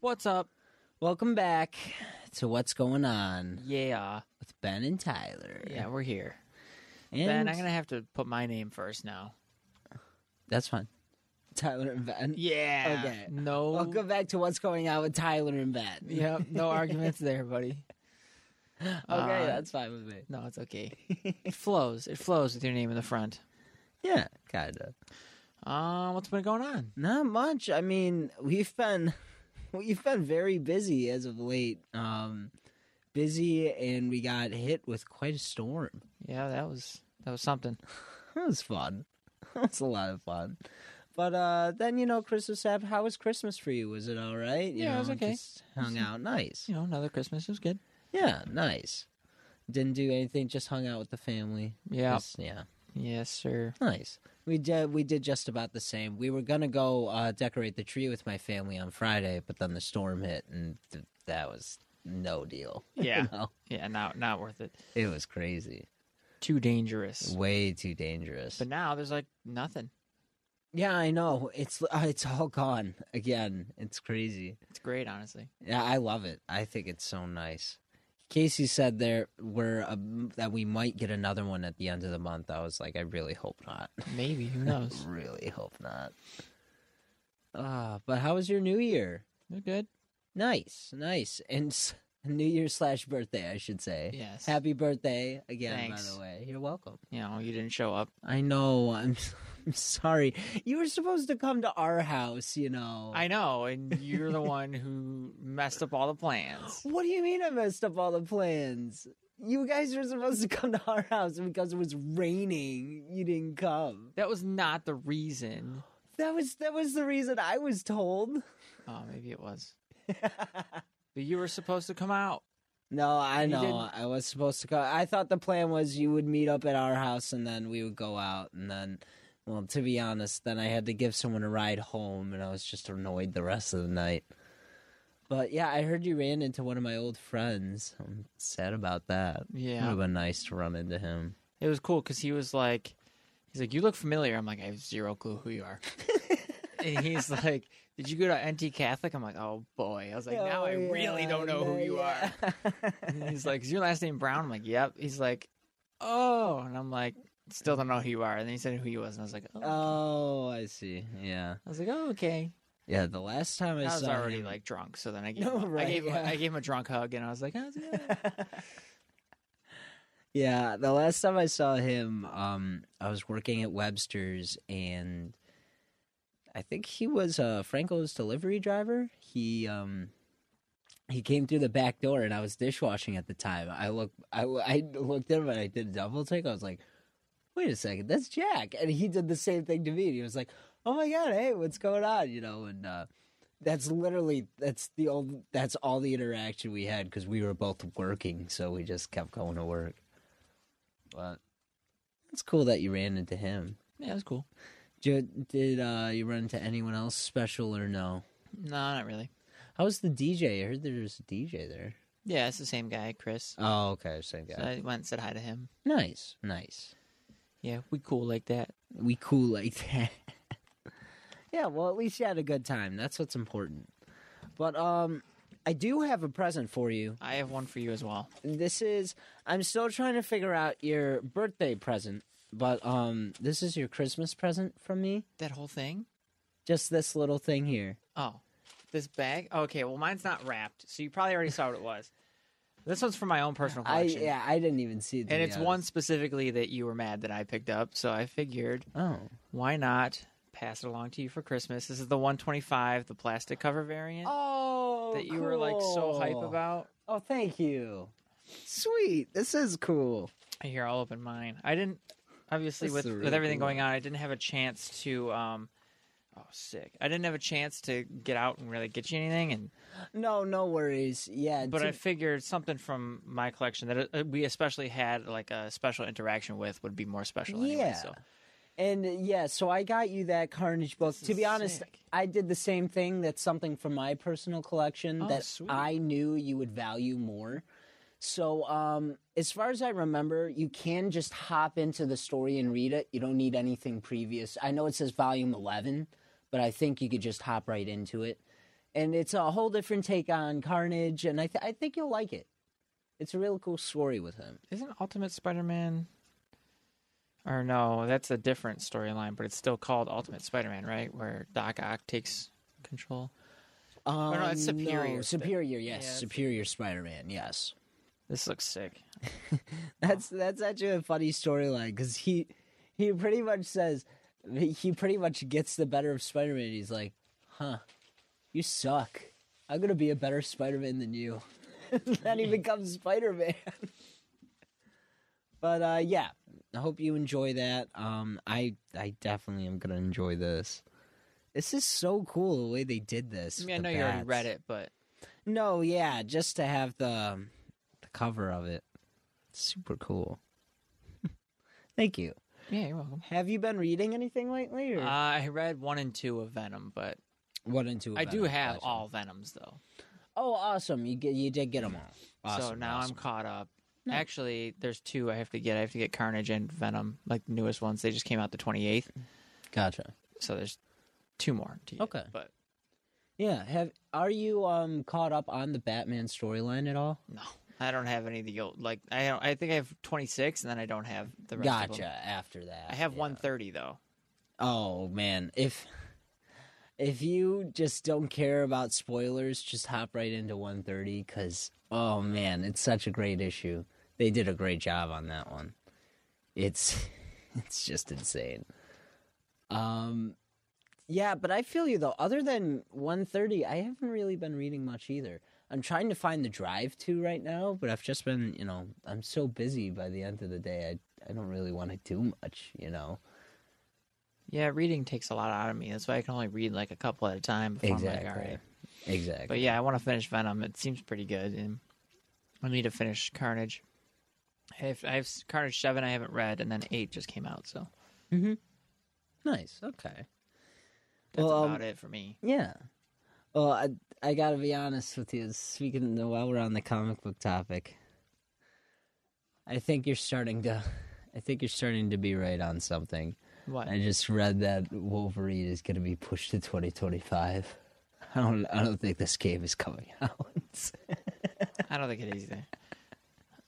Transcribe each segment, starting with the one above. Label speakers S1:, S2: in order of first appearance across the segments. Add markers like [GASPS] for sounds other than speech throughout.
S1: What's up?
S2: Welcome back to What's Going On
S1: Yeah.
S2: with Ben and Tyler.
S1: Yeah, we're here.
S2: and
S1: ben, I'm going to have to put my name first now.
S2: that's fine. Tyler and Ben.
S1: Yeah.
S2: Okay.
S1: No.
S2: Welcome back to What's Going On with Tyler and Ben.
S1: Yep. [LAUGHS] No arguments there, buddy.
S2: [LAUGHS] Okay,
S1: Uh,
S2: that's fine with me.
S1: No, it's [LAUGHS] okay. It flows. It flows with your name in the front.
S2: Yeah, kinda.
S1: Uh, what's been going on?
S2: Not much. I mean, we've been [LAUGHS] we've been very busy as of late. Um, busy, and we got hit with quite a storm.
S1: Yeah, that was that was something.
S2: That was fun. [LAUGHS] That was a lot of fun. But uh, then you know, Christmas. hap- How was Christmas for you? Was it all right? You
S1: Yeah, it was
S2: know,
S1: okay.
S2: just hung out, nice.
S1: You know, another Christmas was good.
S2: Yeah, nice. Didn't do anything. Just hung out with the family.
S1: Yeah.
S2: Just- yeah.
S1: Yes, sir.
S2: Nice. We did. We did just about the same. We were gonna go uh, decorate the tree with my family on Friday, but then the storm hit, and th- that was no deal.
S1: Yeah.
S2: No.
S1: [LAUGHS] Yeah, not not worth it.
S2: It was crazy.
S1: Too dangerous.
S2: Way too dangerous.
S1: But now there's like nothing.
S2: yeah, I know. It's uh, it's all gone again. It's crazy.
S1: It's great, honestly.
S2: Yeah, I love it. I think it's so nice. Casey said there were um, that we might get another one at the end of the month. I was like, I really hope not. [LAUGHS]
S1: Maybe [LAUGHS] who knows?
S2: really hope not. Uh, but how was your New Year?
S1: They're good.
S2: Nice, nice, and s- New Year slash birthday, I should say.
S1: Yes.
S2: Happy birthday again, by
S1: Thanks.
S2: the way. You're welcome.
S1: You know, you didn't show up.
S2: I know. I'm, [LAUGHS] I'm sorry. You were supposed to come to our house. You know.
S1: I know, and you're the one who [LAUGHS] messed up all the plans.
S2: What do you mean I messed up all the plans? You guys were supposed to come to our house and because it was raining. You didn't come.
S1: That was not the reason.
S2: That was that was the reason I was told. [LAUGHS]
S1: Oh, maybe it was. but you were supposed to come out.
S2: No, I
S1: You
S2: know.
S1: didn't.
S2: I was supposed to go. I thought the plan was you would meet up at our house and then we would go out and then well, to be honest, then I had to give someone a ride home and I was just annoyed the rest of the night. But yeah, I heard you ran into one of my old friends. I'm sad about that.
S1: Yeah.
S2: Would have been nice to run into him.
S1: It was cool because he was like, he's like, you look familiar. I'm like, I have zero clue who
S2: [LAUGHS]
S1: you are. and he's like, did you go to NT Catholic? I'm like, oh boy. I was like, now I
S2: Oh,
S1: really
S2: yeah,
S1: don't know who
S2: no,
S1: you
S2: yeah. [LAUGHS]
S1: are. And he's like, is your last name Brown? I'm like, yep. He's like, oh, and I'm like, still don't know who you are. And then he said who he was, and I was like, oh.
S2: Oh, I see. Yeah.
S1: I was like, oh, okay.
S2: Yeah, the last time I,
S1: I was
S2: saw
S1: already
S2: him,
S1: like drunk, so then I gave
S2: uh, No,
S1: him,
S2: right,
S1: I gave him,
S2: yeah.
S1: I gave him a drunk hug, and I was like, "How's
S2: [LAUGHS]
S1: it going?"
S2: Yeah, the last time I saw him, um, I was working at Webster's and I think he was uh Franco's delivery driver. He um he came through the back door and I was dishwashing at the time. I look I, I looked at him and I did a double take. I was like, "Wait a second, that's Jack." And he did the same thing to me. And he was like, "Oh my god, hey, what's going on?" you know, and uh that's literally that's the old that's all the interaction we had cuz we were both working, so we just kept going to work. But it's cool that you ran into him.
S1: yeah, it was cool.
S2: Did, did uh, you run into anyone else special or no?
S1: No, not really.
S2: How was the DJ? I heard there was a DJ there.
S1: Yeah, it's the same guy, Chris.
S2: Oh, okay, same guy.
S1: So I went and said hi to him.
S2: nice, nice.
S1: Yeah, we cool like that.
S2: We cool like that. [LAUGHS] yeah, well, at least you had a good time. That's what's important. But um, I do have a present for you.
S1: I have one for you as well.
S2: This is I'm still trying to figure out your birthday present, but um, this is your Christmas present from me.
S1: That whole thing.
S2: Just this little thing here.
S1: Oh, this bag. Okay, well, mine's not wrapped, so you probably already saw what it was. This one's for my own personal
S2: [LAUGHS] I
S1: collection,
S2: yeah, I didn't even see uh, it. to
S1: and
S2: be
S1: it's
S2: honest.
S1: one specifically that you were mad that I picked up. So I figured,
S2: Oh,
S1: why not pass it along to you for Christmas? This is the 125, the plastic cover variant.
S2: oh,
S1: that you were like so hype
S2: cool.
S1: about.
S2: Oh, thank you. Sweet. This is cool.
S1: Here, I'll open mine. I didn't. obviously
S2: That's
S1: with
S2: the
S1: with
S2: real
S1: everything
S2: cool.
S1: going on, I didn't have a chance to. um Oh, sick! I didn't have a chance to get out and really get you anything, and
S2: No, no worries. Yeah,
S1: but
S2: to-
S1: I figured something from my collection that uh, we especially had like a special interaction with would be more special. Anyway,
S2: Yeah.
S1: so.
S2: And uh, yeah, so I got you that Carnage book.
S1: This
S2: to
S1: is
S2: be honest,
S1: sick.
S2: I did the same thing. That's something from my personal collection
S1: Oh,
S2: that
S1: sweet.
S2: I knew you would value more. So, um, as far as I remember, you can just hop into the story and read it. You don't need anything previous. I know it says volume 11, but I think you could just hop right into it. And it's a whole different take on Carnage, and I, th- I think you'll like it. It's a real cool story with him.
S1: Isn't Ultimate Spider-Man? Or no, that's a different storyline, but it's still called Ultimate Spider-Man, right? Where Doc Ock takes control.
S2: Um,
S1: no, it's Superior.
S2: No, superior, yes.
S1: Yeah, it's-
S2: superior Spider Man, yes.
S1: This looks sick.
S2: That's that's actually a funny storyline because he he pretty much says he pretty much gets the better of Spider Man. He's like, "Huh, you suck. I'm gonna be a better Spider Man than you." [LAUGHS] then he becomes Spider Man. but uh, yeah, I hope you enjoy that. Um, I I definitely am gonna enjoy this. This is so cool the way they did this.
S1: I
S2: with
S1: mean, I
S2: the
S1: know you already
S2: bats.
S1: read it, but
S2: No, yeah, just to have the the cover of it. Super cool. [LAUGHS] Thank you.
S1: yeah, you're welcome.
S2: Have you been reading anything lately? Or?
S1: Uh,
S2: [LAUGHS]
S1: I read one and two of Venom, but
S2: what into?
S1: I do have all Venoms though,
S2: Oh, awesome! You get, you did get them all. Awesome.
S1: so now
S2: awesome.
S1: I'm caught up.
S2: Nice.
S1: Actually, there's two I have to get. I have to get Carnage and Venom, like the newest ones. They just came out the 28th,
S2: gotcha.
S1: so there's two more. To get,
S2: Okay.
S1: but
S2: Yeah. Have are you um caught up on the Batman storyline at all?
S1: no, I don't have any of the old. Like I don't. I think I have 26, and then I don't have the rest. Of
S2: Gotcha.
S1: them.
S2: After that,
S1: I have
S2: yeah.
S1: 130 though.
S2: Oh man, if if you just don't care about spoilers, just hop right into 130 cuz oh man, it's such a great issue. They did a great job on that one. It's [LAUGHS] it's just insane. Um yeah, but I feel you though. Other than 130, I haven't really been reading much either. I'm trying to find the drive to right now, but I've just been, you know, I'm so busy by the end of the day. I I don't really want to do much, you know.
S1: Yeah, reading takes a lot out of me. That's why I can only read like a couple at a time. Before I'm like, all right.
S2: Exactly.
S1: But yeah, I want to finish Venom. It seems pretty good, and I need to finish Carnage. I have, I have Carnage seven I haven't read, and then eight just came out, so
S2: Nice. Okay.
S1: that's
S2: Well, um,
S1: about it for me.
S2: Yeah. Well, I I gotta be honest with you. Speaking of, while we're on the comic book topic, I think you're starting to, I think you're starting to be right on something.
S1: What?
S2: I just read that Wolverine is gonna be pushed to 2025. [LAUGHS] I don't. I don't think this game is coming [LAUGHS] out.
S1: I don't think it is either.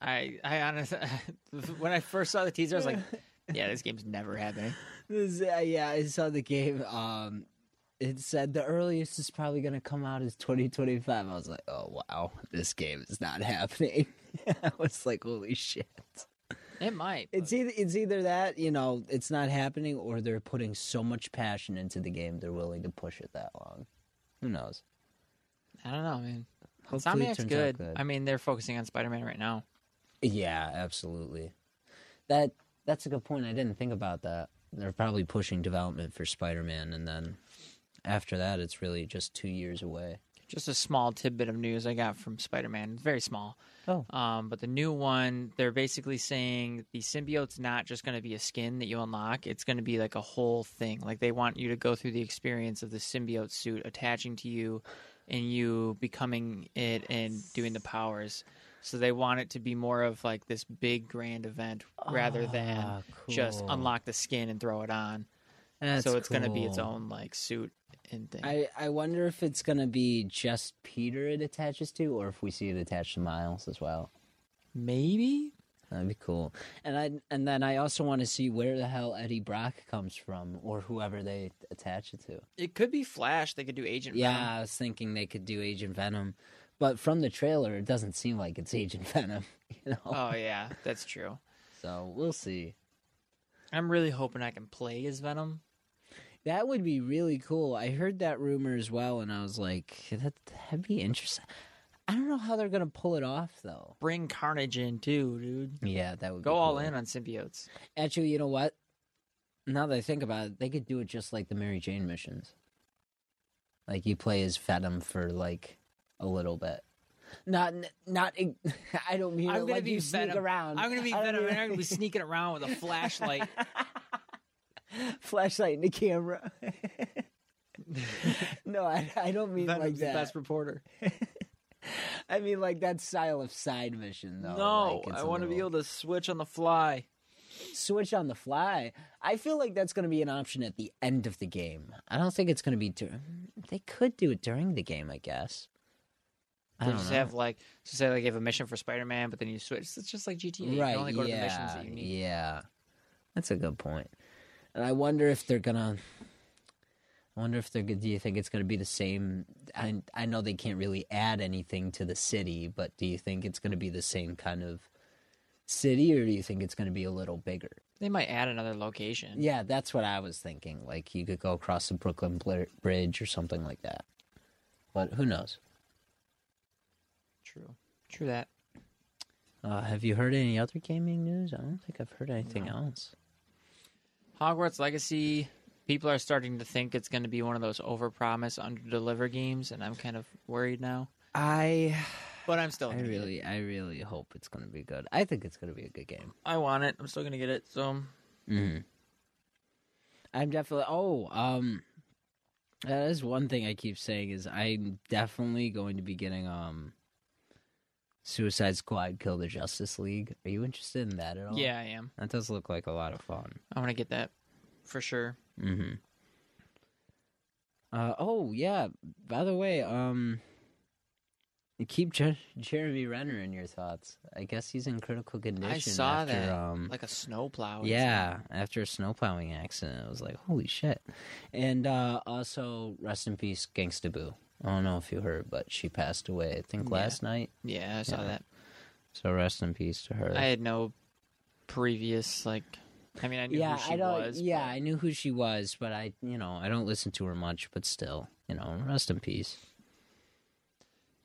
S1: I I honestly, [LAUGHS] when I first saw the teaser, I
S2: [LAUGHS]
S1: was like, yeah, this game's never happening.
S2: This- uh, yeah, I saw the game. Um, it said the earliest is probably going to come out is 2025. I was like, oh, wow, this game is not [LAUGHS] happening. I was like, holy shit.
S1: It might.
S2: It's either, it's either that, you know, it's not happening, or they're putting so much passion into the game, they're willing to push it that long. Who knows?
S1: but I don't know, man.
S2: Hopefully
S1: Insomniac's
S2: it turns
S1: good.
S2: out good.
S1: I mean, they're focusing on Spider Man right now.
S2: Yeah, absolutely. That That's a good point. I didn't think about that. They're probably pushing development for Spider Man, and then after that, it's really just two years away.
S1: Just a small tidbit of news I got from Spider Man. It's very small.
S2: Oh.
S1: Um, but the new one, they're basically saying the symbiote's not just going to be a skin that you unlock. It's going to be like a whole thing. Like they want you to go through the experience of the symbiote suit attaching to you and you becoming it and doing the powers. So they want it to be more of like this big grand event rather than
S2: Ah,
S1: just
S2: cool.
S1: unlock the skin and throw it on.
S2: That's
S1: so it's going to be its
S2: cool.
S1: own like suit and thing.
S2: I, I wonder if it's gonna be just Peter it attaches to, or if we see it attached to Miles as well.
S1: Maybe
S2: That'd be cool. And I and then I also want to see where the hell Eddie Brock comes from, or whoever they attach it to.
S1: it could be Flash. They could do Agent.
S2: Yeah, [LAUGHS]
S1: Venom.
S2: I was thinking they could do Agent Venom, but from the trailer, it doesn't seem like it's Agent [LAUGHS] Venom. You know, [LAUGHS]
S1: Oh yeah, that's true.
S2: so we'll see.
S1: I'm really hoping I can play as Venom.
S2: That would be really cool. I heard that rumor as well, and I was like, that, that'd be interesting. I don't know how they're gonna pull it off though.
S1: Bring Carnage in too, dude.
S2: Yeah, that would
S1: Go
S2: be
S1: all
S2: cool.
S1: in on symbiotes.
S2: Actually, you know what? Now that I think about it, they could do it just like the Mary Jane missions. Like you play as Venom for like a little bit. Not, not. [LAUGHS] I don't mean
S1: I'm
S2: it
S1: gonna
S2: like
S1: be
S2: you sneak
S1: Venom.
S2: around.
S1: I'm gonna be
S2: I don't
S1: Venom
S2: mean-
S1: and I'm gonna be sneaking around with a
S2: [LAUGHS]
S1: flashlight.
S2: flashlight in
S1: [LAUGHS]
S2: the camera. no, I, I don't mean like
S1: Venom's the
S2: that.
S1: best reporter.
S2: I mean like that style of side mission though.
S1: No,
S2: like, it's
S1: I
S2: a
S1: want to be
S2: little-
S1: able to switch on the fly.
S2: switch on the fly. I feel like that's going to be an option at the end of the game. I don't think it's going to be. Dur- they could do it during the game, I guess. I
S1: They
S2: don't
S1: just
S2: know.
S1: have like, so say like you have a mission for Spider Man, but then you switch. It's just like GTA. You
S2: right?
S1: can only go to the missions
S2: yeah,
S1: that you need.
S2: yeah. That's a good point. And I wonder if they're gonna. I wonder if they're. go- Do you think it's gonna be the same? I I know they can't really add anything to the city, but do you think it's gonna be the same kind of city, or do you think it's gonna be a little bigger?
S1: They might add another location.
S2: Yeah, that's what I was thinking. Like you could go across the Brooklyn Bl- Bridge or something like that. But who knows?
S1: True. True that.
S2: Uh, have you heard any other gaming news? I don't think I've heard anything else.
S1: Hogwarts Legacy. People are starting to think it's going to be one of those overpromise, underdeliver games, and I'm kind of worried now.
S2: I
S1: But I'm still.
S2: I
S1: gonna get it.
S2: really I really hope it's going to be good. I think it's going to be a good game.
S1: I want it. I'm still going to get it. So
S2: Mm-hmm. I'm definitely. Oh, um, that is one thing I keep saying is I'm definitely going to be getting um, Suicide Squad Kill the Justice League. Are you interested in that at all?
S1: yeah, I am.
S2: that does look like a lot of fun.
S1: I want to get that for sure.
S2: Mm-hmm. Uh, oh yeah. By the way, um, keep Jer- Jeremy Renner in your thoughts. I guess he's in critical condition.
S1: saw
S2: after,
S1: that.
S2: Um,
S1: Like oh, a snowplow. or
S2: yeah, after a snowplowing accident, I was like, "Holy shit!" And uh, also, rest in peace, Gangsta Boo. I don't know if you heard, but she passed away. I think
S1: Yeah.
S2: last night.
S1: something. Yeah, I saw
S2: Yeah.
S1: that.
S2: So rest in peace to her.
S1: I had no previous like. I mean, I knew
S2: yeah,
S1: who she
S2: I don't.
S1: was.
S2: yeah,
S1: but-
S2: I knew who she was, but I, you know, I don't listen to her much. But still, you know, rest in peace.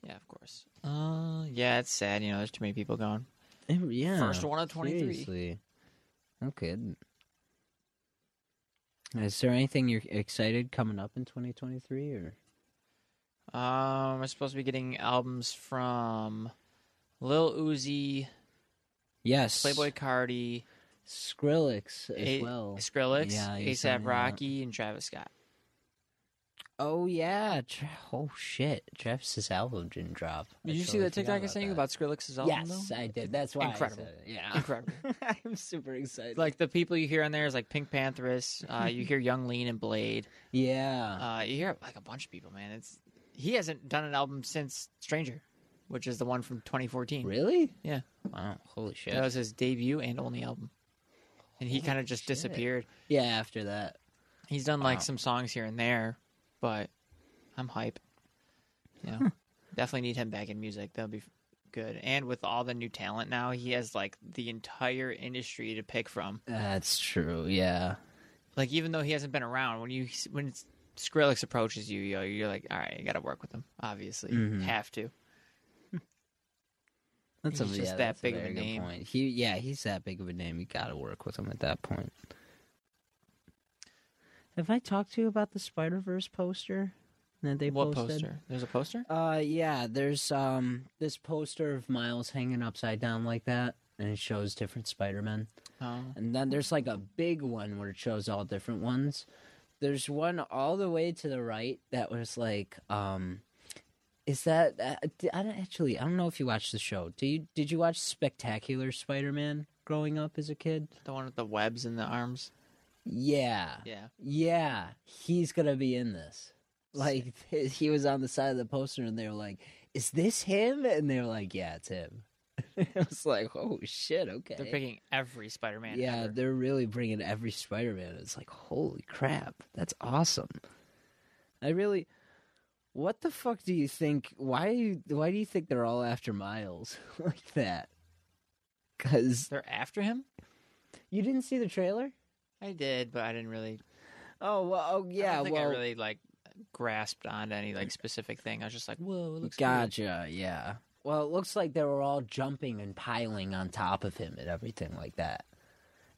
S1: Yeah, of course. Uh, yeah, it's sad. You know, there's too many people gone.
S2: Eh, Yeah.
S1: First one of 23.
S2: Seriously. No kidding. Is there anything you're excited coming up in 2023 or?
S1: Um, we're supposed to be getting albums from Lil Uzi,
S2: Yes.
S1: Playboy Cardi,
S2: Skrillex as
S1: A-
S2: well.
S1: Skrillex,
S2: Yeah, you
S1: ASAP
S2: sent me that.
S1: Rocky, and Travis Scott.
S2: Oh yeah. Tra- oh shit. Travis's album didn't drop.
S1: Did you see
S2: totally
S1: that
S2: forgot
S1: TikTok I sent you about Skrillex's
S2: that.
S1: album?
S2: Yes, [LAUGHS]
S1: though?
S2: I did. That's why. I
S1: incredible.
S2: said it. Yeah.
S1: Incredible.
S2: [LAUGHS] I'm super excited.
S1: like the people you hear on there is like Pink Panthers. Uh,
S2: [LAUGHS]
S1: you hear Young Lean and Blade.
S2: yeah.
S1: Uh, you hear like a bunch of people, man. It's he hasn't done an album since Stranger, which is the one from 2014.
S2: really?
S1: Yeah.
S2: Wow. Holy shit.
S1: That was his debut and only album, and he
S2: Holy
S1: kind of just
S2: shit.
S1: disappeared.
S2: yeah. After that.
S1: He's done like
S2: Wow.
S1: some songs here and there, but I'm hype. You know, definitely need him back in music. That'll be good. And with all the new talent now, he has like the entire industry to pick from.
S2: That's true. Yeah.
S1: Like even though he hasn't been around, when you when Skrillex approaches you, yo, you're like, all right, I got to work with him. Obviously,
S2: Mhm.
S1: have to.
S2: That's
S1: He's
S2: a,
S1: just that
S2: yeah, that's
S1: big
S2: a
S1: of a
S2: very good
S1: name.
S2: Point. He, yeah, he's that big of a name. You got to work with him at that point. Have I talked to you about the Spider Verse poster that they
S1: what
S2: posted?
S1: poster? There's a poster.
S2: Uh, yeah. There's um this poster of Miles hanging upside down like that, and it shows different Spider Men.
S1: Oh,
S2: And then there's like a big one where it shows all different ones. There's one all the way to the right that was like, um, is that uh, d- I don't actually I don't know if you watched the show. Do you did you watch Spectacular Spider-Man growing up as a kid?
S1: the one with the webs in the arms.
S2: Yeah,
S1: Yeah.
S2: yeah, he's gonna be in this. Like [LAUGHS] he was on the side of the poster, and they were like, "Is this him?" And they were like, "Yeah, it's him." [LAUGHS] I was like, "Oh shit, okay."
S1: They're picking every Spider-Man.
S2: yeah,
S1: ever.
S2: they're really bringing every Spider-Man. It's like, holy crap, that's awesome. I really, what the fuck do you think? Why do you, why do you think they're all after Miles [LAUGHS] like that? Because
S1: they're after him.
S2: you didn't see the trailer.
S1: I did, but I didn't really
S2: Oh well, oh
S1: I
S2: yeah,
S1: don't think
S2: well
S1: I really like grasped onto any like specific thing. I was just like, whoa, it looks good.
S2: Gotcha. Yeah. Well, it looks like they were all jumping and piling on top of him and everything like that.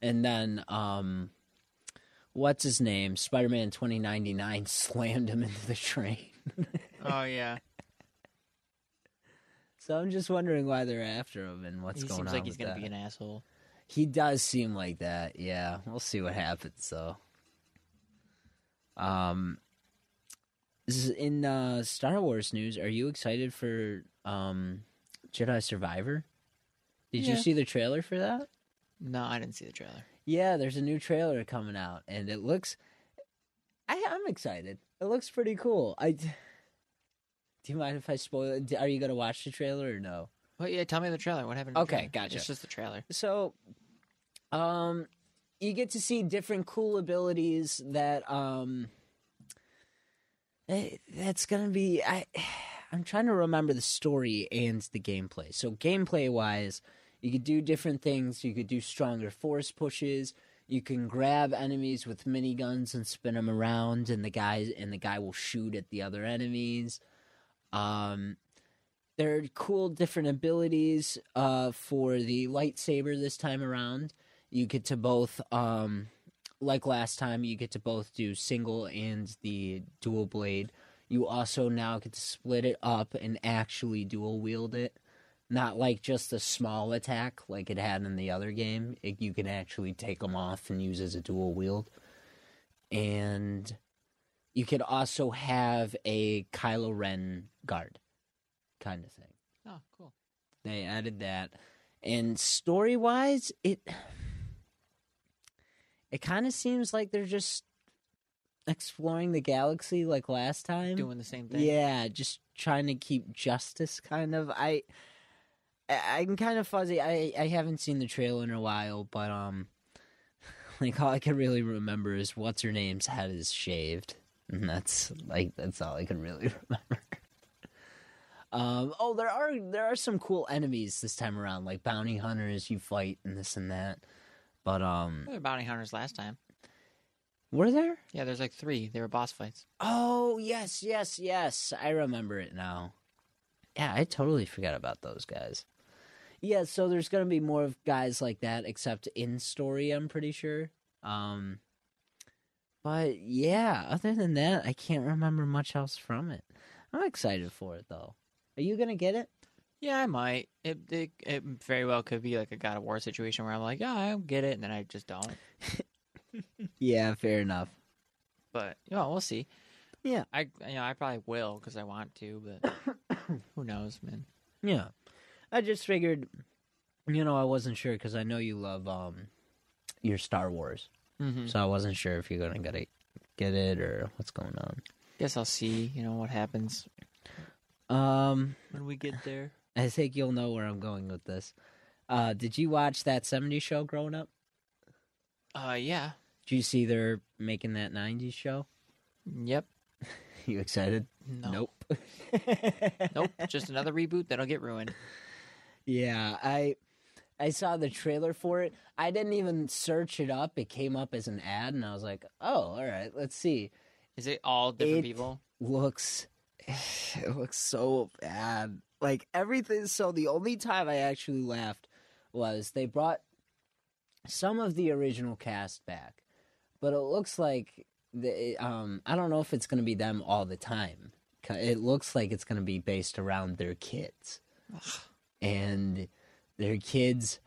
S2: And then, um, what's his name? Spider Man 2099 [LAUGHS] slammed him into the train.
S1: [LAUGHS] Oh yeah,
S2: so I'm just wondering why they're after him and what's
S1: he
S2: going
S1: seems
S2: on.
S1: like he's
S2: with
S1: gonna
S2: that.
S1: be an asshole.
S2: He does seem like that. Yeah, we'll see what happens though. Um, this is in uh, Star Wars news. Are you excited for um, Jedi Survivor? Did you
S1: Yeah.
S2: see the trailer for that?
S1: No, I didn't see the trailer.
S2: Yeah, there's a new trailer coming out, and it looks. I, I'm excited. It looks pretty cool. I. [LAUGHS] Do you mind if I spoil it? Are you gonna watch the trailer or no?
S1: Well, Oh, yeah, tell me the trailer. What happened? in the
S2: Okay,
S1: trailer?
S2: gotcha.
S1: It's just the trailer.
S2: So, um, you get to see different cool abilities that um, eh, that's gonna be. I, I'm trying to remember the story and the gameplay. So gameplay wise, you could do different things. You could do stronger force pushes. You can grab enemies with miniguns and spin them around, and the guys and the guy will shoot at the other enemies. Um, there are cool different abilities uh, for the lightsaber this time around. You get to both, um, like last time, you get to both do single and the dual blade. You also now get to split it up and actually dual wield it. Not like just a small attack like it had in the other game. It, you can actually take them off and use as a dual wield. And you could also have a Kylo Ren guard kind of thing.
S1: Oh, cool.
S2: They added that. And story wise, it it kind of seems like they're just exploring the galaxy like last time.
S1: Doing the same thing.
S2: yeah, just trying to keep justice kind of. I I- I'm kind of fuzzy. I I haven't seen the trailer in a while, but um [LAUGHS] like all I can really remember is what's her name's head is shaved. And that's like that's all I can really [LAUGHS] remember. Um, oh, there are there are some cool enemies this time around, like bounty hunters you fight and this and that. But um,
S1: There were bounty hunters last time.
S2: were there?
S1: Yeah, there's like three. They were boss fights.
S2: Oh yes, yes, yes. I remember it now. Yeah, I totally forgot about those guys. Yeah, so there's gonna be more of guys like that, except in story. I'm pretty sure. Um, but yeah, other than that, I can't remember much else from it. I'm excited for it though. Are you gonna get it?
S1: Yeah, I might. It, it it very well could be like a God of War situation where I'm like, yeah, I get it, and then I just don't.
S2: Yeah, fair enough.
S1: But you know, we'll see.
S2: Yeah.
S1: I you know I probably will because I want to, but [COUGHS] who knows, man.
S2: Yeah. I just figured, you know, I wasn't sure because I know you love um your Star Wars,
S1: Mm-hmm.
S2: so I wasn't sure if you're gonna get it, get it or what's going on.
S1: Guess I'll see. You know what happens
S2: Um,
S1: when we get there.
S2: I think you'll know where I'm going with this. Uh, did you watch that '70s show growing up?
S1: Uh, yeah.
S2: Did you see they're making that '90s show?
S1: Yep.
S2: [LAUGHS] You excited?
S1: No.
S2: Nope.
S1: Nope. Just another reboot that'll get ruined.
S2: [LAUGHS] Yeah, I I saw the trailer for it. I didn't even search it up. It came up as an ad, and I was like, "Oh, all right, let's see."
S1: Is it all different
S2: It-
S1: people?
S2: looks [SIGHS] it looks so bad. Like everything so the only time I actually laughed was they brought some of the original cast back. But it looks like the um I don't know if it's going to be them all the time. 'Ca- It looks like it's going to be based around their kids. And their kids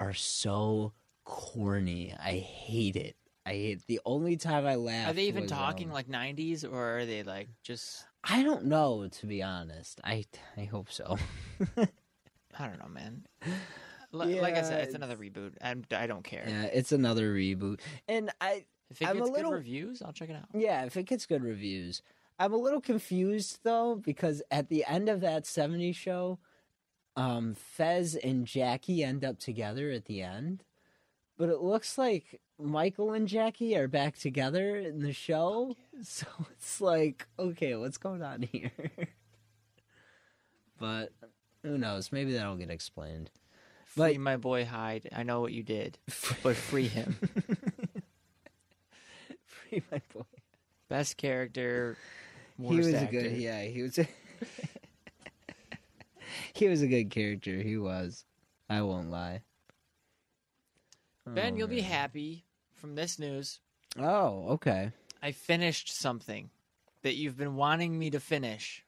S2: are so corny. I hate it. I hate the only time I laughed.
S1: Are they even
S2: was,
S1: talking
S2: um,
S1: like '90s, or are they like just?
S2: I don't know, to be honest. I I hope so.
S1: I don't know,
S2: [LAUGHS]
S1: man. L- like I
S2: Yeah,
S1: said, it's,
S2: it's-
S1: another reboot. I'm, I don't care.
S2: yeah, it's another reboot, and I
S1: If it
S2: I'm a
S1: gets
S2: little-
S1: good reviews, I'll check it out.
S2: yeah, if it gets good reviews, I'm a little confused though because at the end of that '70s show, um, Fez and Jackie end up together at the end, but it looks like Michael and Jackie are back together in the show. So [LAUGHS] it's like, okay, what's going on here? [LAUGHS] but who knows? Maybe that'll get explained.
S1: Free
S2: Like-
S1: my boy Hyde. I know what you
S2: [LAUGHS]
S1: did, but free him.
S2: Free my boy.
S1: [LAUGHS] Best character,
S2: he
S1: worst
S2: was
S1: actor.
S2: a good yeah he was a [LAUGHS] he was a good character he was i won't lie
S1: Ben, you'll be
S2: Alright.
S1: happy from this news.
S2: oh okay
S1: I finished something that you've been wanting me to finish.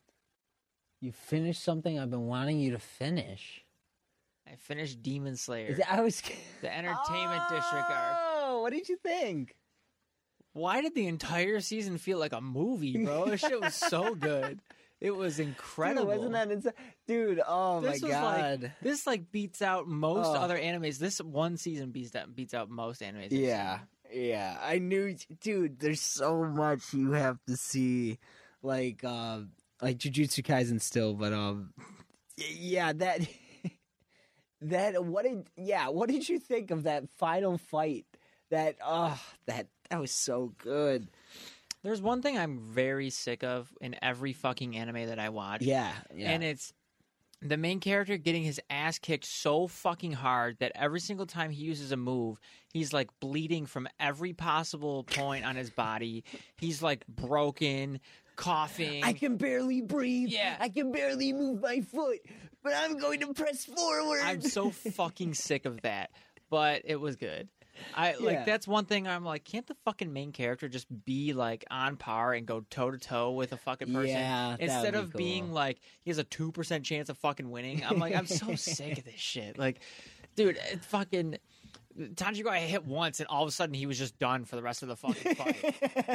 S2: you finished something i've been wanting you to finish
S1: I finished Demon Slayer,
S2: Is Oh! it- i was [LAUGHS]
S1: the Entertainment District arc.
S2: oh what did you think
S1: Why did the entire season feel like a movie,
S2: [LAUGHS]
S1: bro? This shit was so good. It was incredible.
S2: Dude, wasn't that insane? Dude, oh
S1: This
S2: my
S1: was like-
S2: god.
S1: This like beats out most
S2: Oh.
S1: other animes. This one season beats out beats out most animes. I've seen.
S2: yeah. Yeah. I knew dude, there's so much you have to see. Like uh like Jujutsu Kaisen still, but um y- yeah, that [LAUGHS] that what did yeah, what did you think of that final fight? That oh that that was so good.
S1: There's one thing I'm very sick of in every fucking anime that I watch.
S2: Yeah. Yeah.
S1: And it's the main character getting his ass kicked so fucking hard that every single time he uses a move, he's like bleeding from every possible point on his body. He's like broken, coughing.
S2: I can barely breathe.
S1: Yeah.
S2: I can barely move my foot, but I'm going to press forward.
S1: I'm so fucking sick of that. But it was good. I
S2: Yeah.
S1: like that's one thing I'm like, can't the fucking main character just be like on par and go toe to toe with a fucking person?
S2: Yeah, that would
S1: Instead
S2: be
S1: of being
S2: cool.
S1: like he has a two percent chance of fucking winning, I'm like, I'm
S2: [LAUGHS]
S1: so sick of this shit. Like, dude, it fucking Tanjiro I hit once and all of a sudden he was just done for the rest of the fucking fight.
S2: [LAUGHS]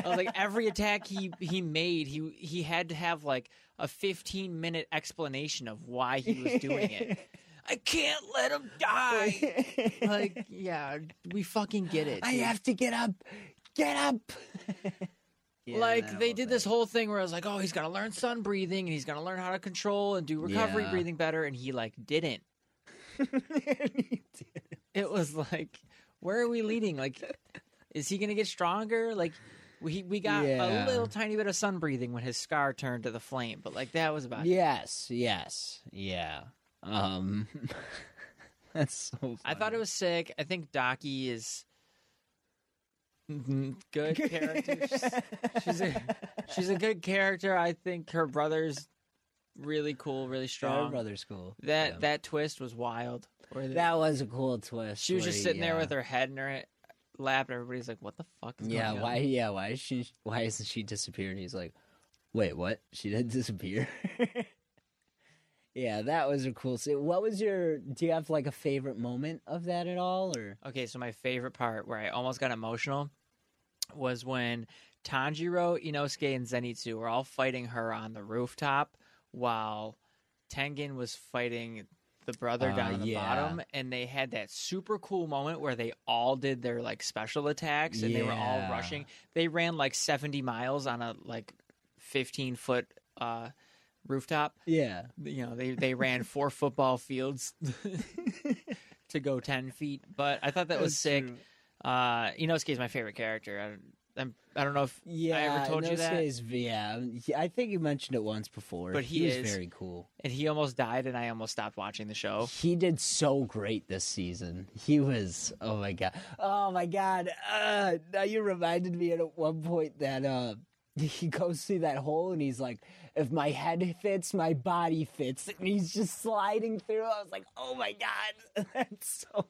S1: I was like every attack he he made, he he had to have like a 15 minute explanation of why he was doing it. I can't let him die. [LAUGHS]
S2: [LAUGHS]
S1: like, yeah, we fucking get it.
S2: I
S1: dude.
S2: have to get up.
S1: [LAUGHS]
S2: Get up.
S1: like they did this whole thing where I was like, "Oh, he's gonna learn sun breathing, and he's gonna learn how to control and do recovery
S2: Yeah.
S1: breathing better," and he like didn't. [LAUGHS] It was like, where are we leading? Like, is he gonna get stronger? Like, we we got
S2: Yeah.
S1: a little tiny bit of sun breathing when his scar turned to the flame, but like that was about. it.
S2: [LAUGHS] yes, yes, yeah. Um, [LAUGHS] that's so. Funny.
S1: I thought it was sick. I think Doki is mm,
S2: [LAUGHS]
S1: good character. She's- she's a she's a good character. I think her brother's really cool, really strong.
S2: Brothers cool.
S1: That
S2: Yeah.
S1: that twist was wild. Where the-
S2: that was a cool twist.
S1: she was
S2: where
S1: just
S2: he-
S1: sitting there
S2: yeah.
S1: with her head in her lap, and everybody's like, "What the fuck?" Is
S2: Yeah,
S1: going
S2: why?
S1: On?
S2: Yeah, why is she? Why isn't she disappeared? And he's like, wait, what? She didn't [LAUGHS] disappear. yeah, that was a cool scene. What was your? Do you have like a favorite moment of that at all? Or
S1: Okay, so my favorite part where I almost got emotional was when Tanjiro, Inosuke, and Zenitsu were all fighting her on the rooftop while Tengen was fighting the brother
S2: Uh,
S1: down at the
S2: yeah.
S1: bottom, and they had that super cool moment where they all did their like special attacks and they were all
S2: Yeah.
S1: rushing. They ran like seventy miles on a like fifteen foot uh, rooftop
S2: yeah,
S1: you know they they ran four football fields [LAUGHS] to go 10 feet but i thought that was
S2: That's
S1: sick
S2: true.
S1: uh inosuke is my favorite character i don't- I'm, I don't know if
S2: Yeah,
S1: I ever told you that?
S2: Inosuke is- yeah, um, yeah, I think you mentioned it once before.
S1: But he
S2: was
S1: is- Oh.
S2: very cool.
S1: and he almost died and I almost stopped watching the show.
S2: He did so great this season. He was oh my god, oh my god. Uh, now you reminded me at one point that uh, he goes through that hole and he's like, "If my head fits, my body fits," and he's just sliding through. I was like, "Oh my god, [LAUGHS] that's so."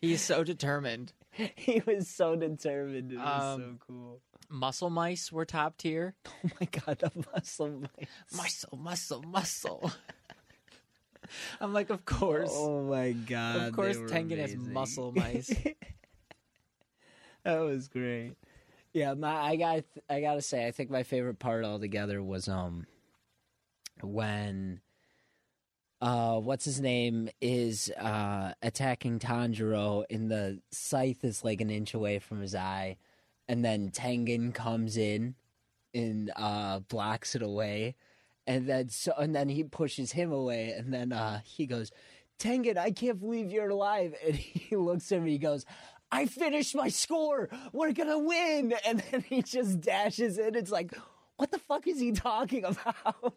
S1: He's so determined.
S2: He was so determined. It was so
S1: Um,
S2: cool. [LAUGHS]
S1: Muscle mice were top tier.
S2: Oh my god, the [LAUGHS] muscle. mice.
S1: Muscle, muscle, muscle. [LAUGHS] I'm like, of course.
S2: Oh my god.
S1: of
S2: they
S1: course
S2: were
S1: Tengen has
S2: amazing.
S1: muscle
S2: [LAUGHS]
S1: mice.
S2: that was great. Yeah, my I got I gotta say I think my favorite part altogether was um when uh what's his name is uh attacking Tanjiro and the scythe is like an inch away from his eye and then Tengen comes in and uh blocks it away and then so and then he pushes him away and then uh he goes Tengen, I can't believe you're alive. And [LAUGHS] he looks at me, he goes, I finished my score. We're gonna win. [LAUGHS] And then he just dashes in. It's like, what the fuck is he talking [LAUGHS] about?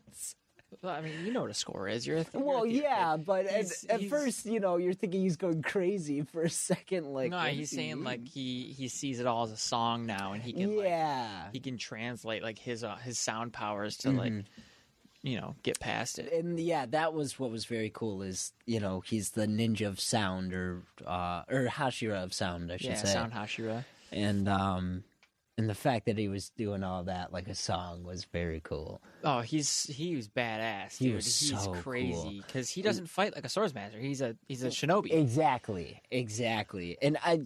S1: Well, I mean, you know what a score is. You're a th-
S2: Well,
S1: you're a theater
S2: yeah, but at,
S1: He's-
S2: at
S1: he's-
S2: first, you know, you're thinking he's going crazy for a
S1: kid.
S2: second. Like,
S1: no,
S2: what
S1: he's
S2: does he
S1: saying like
S2: mean?
S1: he he sees it all as a song now, and he can
S2: yeah,
S1: like he can translate like his uh, his sound powers to like
S2: Mm-hmm.
S1: you know get past it.
S2: and yeah, that was what was very cool. Is you know he's the ninja of sound, or uh, or Hashira of sound, I should
S1: Yeah,
S2: say.
S1: sound Hashira.
S2: And um, and the fact that he was doing all that like a song was very cool.
S1: Oh, he's he was badass.
S2: He
S1: dude.
S2: was
S1: he's
S2: so
S1: crazy because he doesn't fight like a swordsmaster. He's a he's a shinobi.
S2: Exactly, exactly. And I,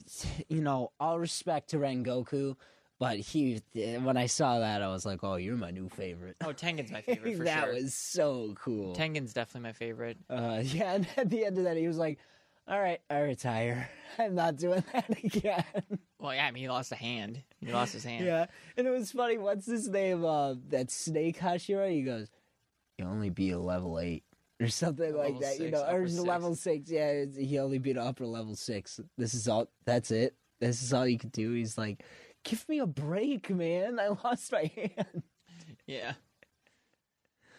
S2: you know, all respect to Rengoku, but he when I saw that, I was like, oh, you're my new [LAUGHS] favorite.
S1: oh, Tengen's my favorite for
S2: that
S1: sure.
S2: was so cool.
S1: Tengen's definitely my favorite.
S2: Uh, [LAUGHS] yeah, and at the end of that, he was like, "All right, I retire. [LAUGHS] I'm not doing that [LAUGHS] again."
S1: Well, yeah, I mean, he lost a hand. He lost his hand.
S2: yeah, and it was funny. What's his name? Uh, that Snake Hashira. He goes, "You only beat a level eight [LAUGHS] or something like
S1: Level
S2: that. you
S1: six,
S2: know, or
S1: upper six.
S2: level six. Yeah, it's- he only beat upper level six. This is all. That's it. This is all you could do." He's like, "Give me a break, man. I lost my [LAUGHS] hand."
S1: Yeah.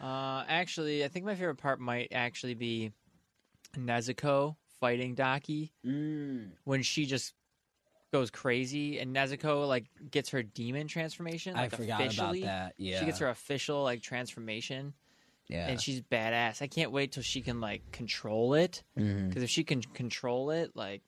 S1: Uh, actually, I think my favorite part might actually be Nezuko fighting Daki
S2: Mm.
S1: when she just goes crazy and Nezuko like gets her demon transformation. Like,
S2: I forgot
S1: officially.
S2: about that. Yeah,
S1: She gets her official like transformation,
S2: Yeah.
S1: and she's badass. I can't wait till she can like control it.
S2: Mhm.
S1: Because if she can control it, like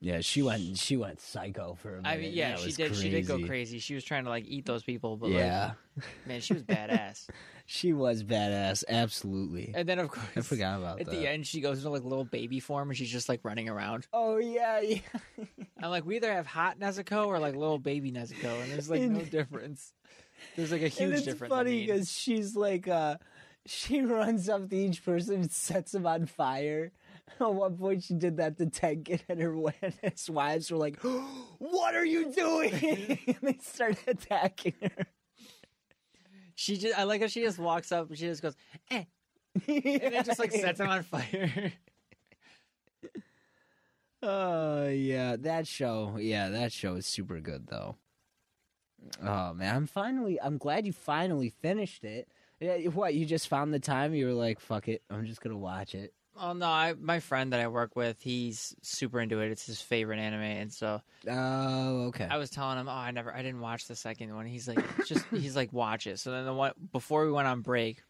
S2: Yeah, she went. She went psycho for a minute.
S1: I mean, yeah,
S2: That
S1: she
S2: was
S1: did. She did go crazy. She was trying to like eat those people, but
S2: yeah,
S1: like, man, she was badass.
S2: [LAUGHS] she was badass. Absolutely,
S1: and then of course,
S2: I forgot about
S1: At
S2: that.
S1: the end, she goes into like little baby form, and she's just like running around.
S2: Oh yeah, yeah.
S1: I'm like, we either have hot Nezuko or like little baby Nezuko, and there's like no
S2: And-
S1: difference. There's like a huge
S2: [LAUGHS] and it's
S1: difference. I
S2: funny
S1: mean.
S2: because she's like, uh, she [LAUGHS] runs up to each person and sets them on fire. [LAUGHS] At one point, she did that to Tengen, and her wi- and his wives were like, [GASPS] "What are you doing?" [LAUGHS] and they started attacking her.
S1: she just, I like how she just walks up, and she just goes, eh, and then just like sets [LAUGHS] him on fire.
S2: [LAUGHS] Oh yeah, that show. Yeah, that show is super good though. Oh man, I'm finally. I'm glad you finally finished it. Yeah, you- what you just found the time? You were like, "Fuck it, I'm just gonna watch it."
S1: oh no, I, my friend that I work with, he's super into it. It's his favorite anime, and so
S2: Oh, okay.
S1: I was telling him, oh, I never, I didn't watch the second one. He's like, [LAUGHS] it's just, he's like, watch it. So then the one before we went on break,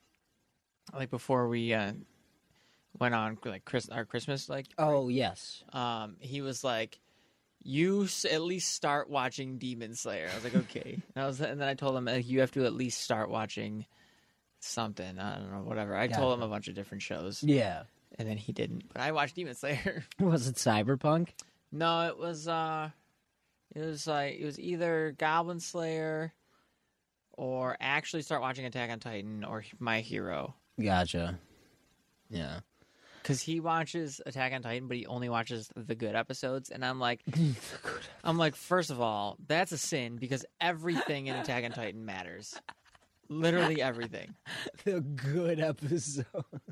S1: like before we uh, went on like Chris our Christmas, like,
S2: Oh yes.
S1: um, he was like, you s- at least start watching Demon Slayer. I was like, okay. and I was, and then I told him, like, you have to at least start watching something. I don't know, whatever. I told him a bunch of different shows,
S2: Yeah.
S1: and then he didn't. But I watched Demon Slayer. [LAUGHS]
S2: Was it cyberpunk?
S1: No, it was uh it was like it was either Goblin Slayer or actually start watching Attack on Titan or My Hero.
S2: Gotcha. Yeah.
S1: Cause he watches Attack on Titan, but he only watches the good episodes, and I'm
S2: [LAUGHS]
S1: like, [LAUGHS] I'm like, first of all, that's a sin because everything in Attack on Titan matters, literally everything.
S2: the good episodes. [LAUGHS]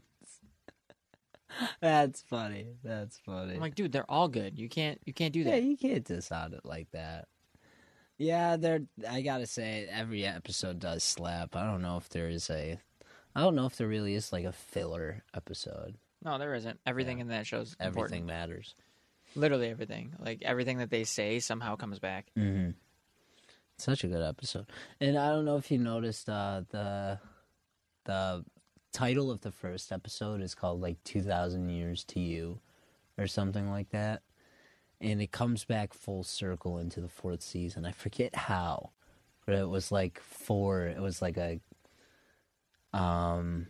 S2: That's funny. That's funny.
S1: I'm like, dude, they're all good. You can't, you can't do
S2: Yeah,
S1: that.
S2: you can't disown it like that. Yeah, there. I gotta say, every episode does slap. I don't know if there is a. I don't know if there really is like a filler episode.
S1: No, there isn't. Everything in that show's
S2: Everything
S1: important.
S2: matters.
S1: Literally everything. Like everything that they say somehow comes back.
S2: Mm-hmm. Such a good episode, and I don't know if you noticed uh, the the title of the first episode is called like two thousand years to you, or something like that, and it comes back full circle into the fourth season. I forget how, but it was like four. It was like a um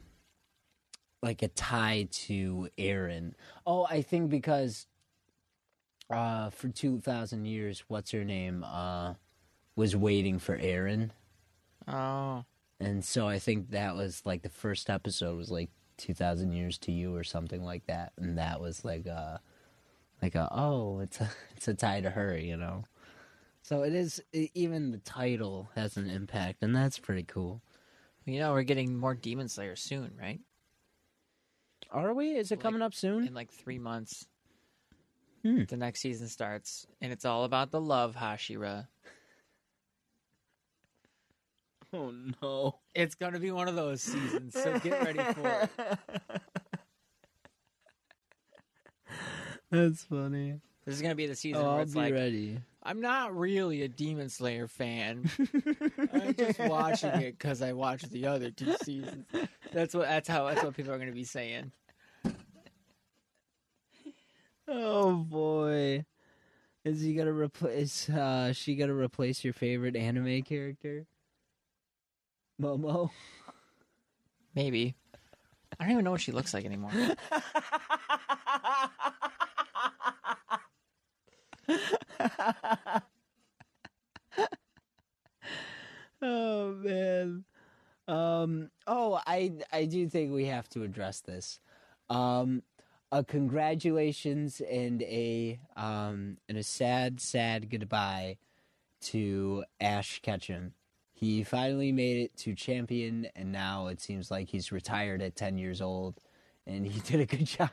S2: like a tie to Aaron. Oh, I think because uh for 2000 years what's her name uh was waiting for aaron
S1: Oh,
S2: and so i think that was like the first episode was like 2000 years to you or something like that and that was like uh like a oh it's a [LAUGHS] it's a tie to her you know so it is e- even the title has an impact and that's pretty cool
S1: You know, we're getting more Demon Slayer soon, right?
S2: are we is it
S1: Like,
S2: coming up soon
S1: In like three months,
S2: Hmm.
S1: the next season starts, and it's all about the love Hashira.
S2: Oh no!
S1: It's gonna be one of those seasons, so get ready for [LAUGHS] it.
S2: That's funny.
S1: This is gonna be the season
S2: Oh,
S1: where
S2: I'll
S1: it's
S2: be
S1: like
S2: ready.
S1: I'm not really a Demon Slayer
S2: [LAUGHS]
S1: fan. I'm just watching it because I watched the other two seasons. That's what that's how that's what people are gonna be saying.
S2: Oh boy. Is he gonna replace uh she gonna replace your favorite anime character? Momo?
S1: Maybe. I don't even know what she looks like anymore.
S2: [LAUGHS] Oh man. Um oh I I do think we have to address this. Um a congratulations and a um and a sad, sad goodbye to Ash Ketchum. He finally made it to champion and now it seems like he's retired at ten years old and he did a good [LAUGHS] job.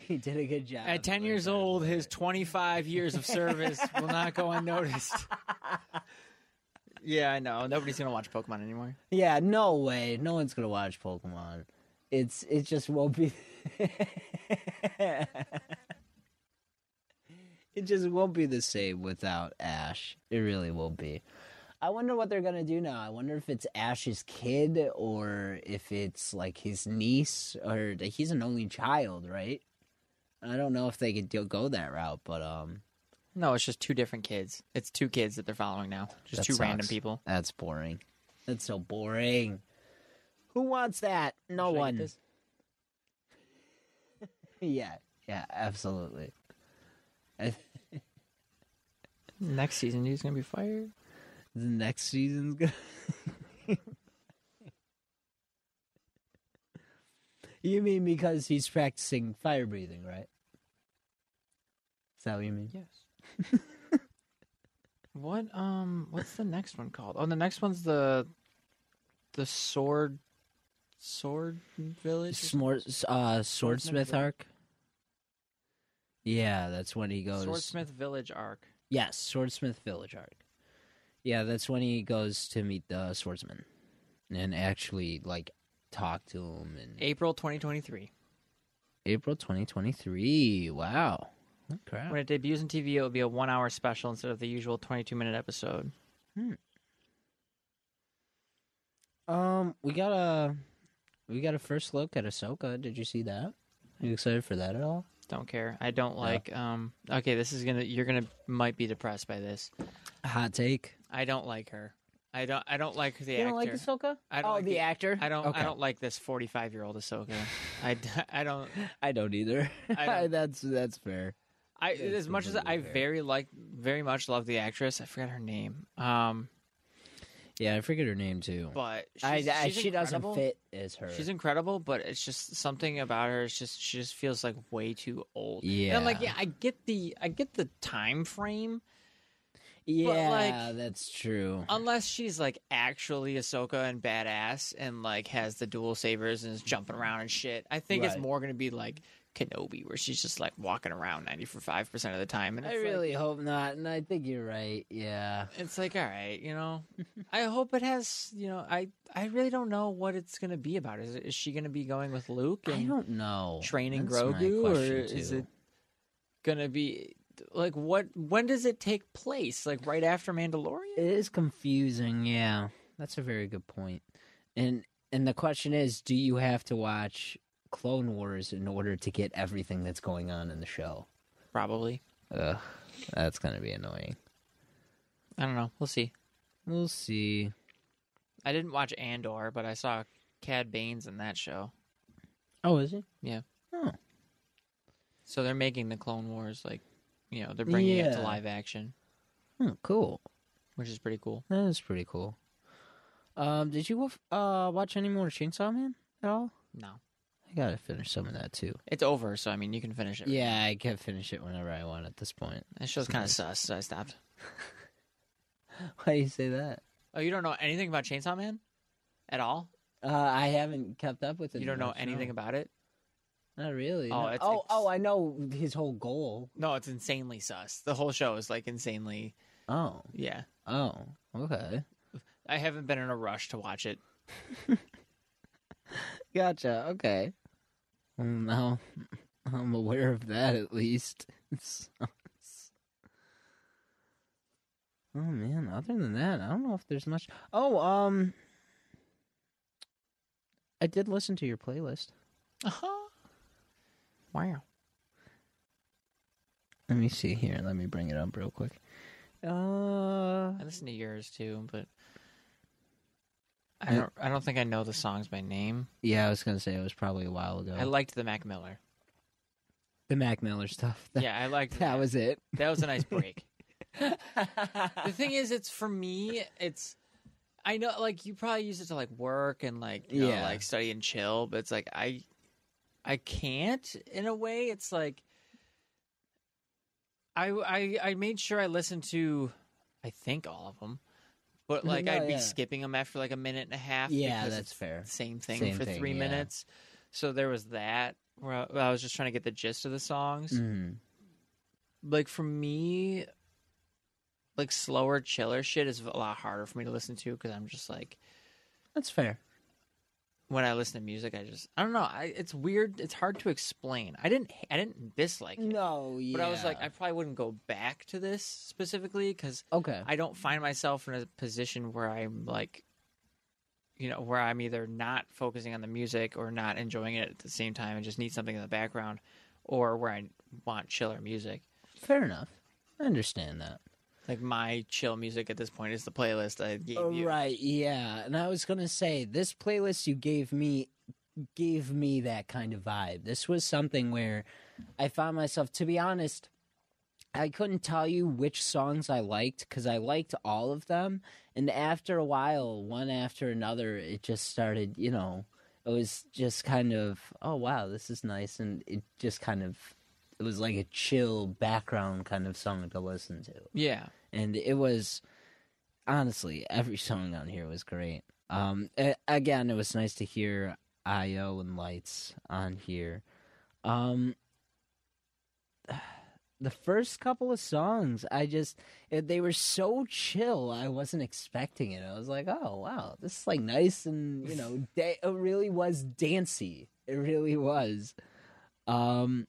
S2: he did a good job. uh,
S1: At 10 years old, his 25 years of service will not go unnoticed.
S2: [LAUGHS]
S1: Yeah, I know. Nobody's going to watch Pokemon anymore.
S2: Yeah, no way. No one's gonna watch Pokemon. It's it just won't be. [LAUGHS] it just won't be the same without Ash. It really won't be. I wonder what they're gonna do now. I wonder if it's Ash's kid or if it's like his niece or he's an only child, right? I don't know if they could do, go that route, but um,
S1: No, it's just two different kids. It's two kids that they're following now. Just
S2: That
S1: two random
S2: sucks.
S1: people.
S2: That's boring. That's so boring. Who wants that? No
S1: Should I get
S2: one.
S1: this?
S2: Yeah, yeah, absolutely. I th-
S1: Next season, he's going to be fired.
S2: the next season's gonna. [LAUGHS] you mean because he's practicing fire breathing, right? Is that what you mean?
S1: Yes. [LAUGHS] what um what's the next one called? Oh, the next one's the the sword sword village. or
S2: Smor- uh,
S1: Swordsmith
S2: swordsmith arc. Yeah, that's when he goes.
S1: Swordsmith Village arc.
S2: Yes, Swordsmith Village arc. Yeah, that's when he goes to meet the swordsman and actually like talk to him and
S1: April 2023.
S2: April 2023. Wow.
S1: When it debuts on TV, it will be a 1-hour special instead of the usual 22-minute episode.
S2: Um, we got a we got a first look at Ahsoka. Did you see that? you excited for that at all?
S1: Don't care. I don't like um okay, this is going to you're going to might be depressed by this.
S2: Hot take.
S1: I don't like her. I don't I don't like the
S2: you
S1: actor.
S2: don't like Ahsoka?
S1: I don't
S2: oh,
S1: like
S2: the,
S1: the-
S2: actor.
S1: I don't
S2: Okay.
S1: I don't like this 45-year-old
S2: [LAUGHS]
S1: Ahsoka. I, d- I don't
S2: I don't either. [LAUGHS]
S1: I don't-
S2: that's that's fair.
S1: I
S2: Yeah, it's
S1: as much as
S2: completely
S1: I
S2: fair.
S1: very like very much love the actress, I forgot her name. Um,
S2: Yeah, I forget her name too.
S1: but she's,
S2: I, I
S1: she's
S2: she doesn't
S1: incredible.
S2: fit as her.
S1: She's incredible, but it's just something about her. It's just she just feels like way too old. and I'm like,
S2: Yeah.
S1: yeah, I get the I get the time frame,
S2: yeah,
S1: like-
S2: that's true.
S1: unless she's like actually Ahsoka and badass and like has the dual sabers and is jumping around and shit. I think it's
S2: Mm-hmm. Right.
S1: more gonna be like Kenobi, where she's just like walking around ninety for five percent of the time. And
S2: I
S1: it's like-
S2: really hope not, and I think you're right. Yeah.
S1: it's like all right you
S2: [LAUGHS]
S1: know i hope it has you know i i really don't know what it's gonna be about is, it, is she gonna be going with luke
S2: I
S1: and
S2: don't know.
S1: training
S2: That's my
S1: grogu or
S2: question,
S1: is
S2: too.
S1: it gonna be like what when does it take place like right after mandalorian
S2: It is confusing, yeah. That's a very good point. And and the question is, do you have to watch Clone Wars in order to get everything that's going on in the show?
S1: probably
S2: Ugh, that's gonna be annoying.
S1: i don't know we'll see
S2: We'll see.
S1: i didn't watch andor but i saw cad banes in that show
S2: Oh, is it?
S1: Yeah.
S2: Oh.
S1: so they're making the clone wars like you know they're bringing it to
S2: Yeah.
S1: live action
S2: Hmm, cool.
S1: which is pretty cool
S2: That is pretty cool. Um, did you uh watch any more Chainsaw Man at all?
S1: no
S2: I gotta finish some of that too.
S1: it's over so i mean you can finish it right
S2: Yeah, I can finish it whenever I want at this point. [LAUGHS]
S1: That show's kind of sus, so I stopped.
S2: Why do you say that?
S1: Oh, you don't know anything about Chainsaw Man at all?
S2: Uh, I haven't kept up with it.
S1: You don't know
S2: much, no.
S1: anything about it?
S2: Not really.
S1: Oh,
S2: no.
S1: it's-
S2: oh,
S1: it's-
S2: oh, I know his whole goal.
S1: No, it's insanely sus. The whole show is like insanely,
S2: Oh,
S1: yeah.
S2: oh, okay.
S1: I haven't been in a rush to watch it.
S2: Gotcha. Okay. Well, Mm, now [LAUGHS] I'm aware of that at least. [LAUGHS] It's- it's- oh man. Other than that, I don't know if there's much. Oh, um, I did listen to your playlist.
S1: Uh-huh. Wow.
S2: Let me see here. Let me bring it up real quick. Uh,
S1: I listen to yours too, but
S2: Mm.
S1: I don't. I don't think I know the songs by name.
S2: yeah, I was gonna say it was probably a while ago.
S1: I liked the Mac
S2: [LAUGHS]
S1: Miller.
S2: the Mac Miller stuff. [LAUGHS] That,
S1: yeah, I liked
S2: that was it.
S1: That was a nice
S2: [LAUGHS]
S1: break. the thing is, it's for me. It's I know, like you probably use it to like work and like you
S2: Yeah.
S1: know, like study and chill. But it's like I, I can't in a way. It's like I I I made sure I listened to, I think all of them, but like
S2: No,
S1: I'd be
S2: Mm-hmm. yeah.
S1: skipping them after like a minute and a half.
S2: Yeah,
S1: because
S2: that's
S1: it's
S2: fair.
S1: the Same thing
S2: Same
S1: for
S2: thing,
S1: three
S2: yeah.
S1: minutes. So there was that. Where I, where I was just trying to get the gist of the songs
S2: Mm.
S1: like for me like slower chiller shit is a lot harder for me to listen to because i'm just like
S2: That's fair.
S1: when i listen to music i just i don't know I, it's weird it's hard to explain i didn't i didn't dislike it
S2: No, yeah.
S1: but i was like i probably wouldn't go back to this specifically because
S2: okay.
S1: i don't find myself in a position where i'm like you know where i'm either not focusing on the music or not enjoying it at the same time and just need something in the background or where i want chiller music
S2: Fair enough. I understand that.
S1: Like my chill music at this point is the playlist I gave you.
S2: Oh, Right, yeah. And I was going to say this playlist you gave me gave me that kind of vibe. This was something where I found myself to be honest I couldn't tell you which songs I liked cuz I liked all of them and after a while one after another it just started, you know, it was just kind of oh wow, this is nice and it just kind of it was like a chill background kind of song to listen to
S1: Yeah.
S2: and it was honestly every [LAUGHS] song on here was great. Um, a- again, it was nice to hear IO and Lights on here. Um, [SIGHS] the first couple of songs, I just eh, they were so chill. I wasn't expecting it. I was like, oh wow, this is like nice and you know, da- it really was dancey. It really was. Um,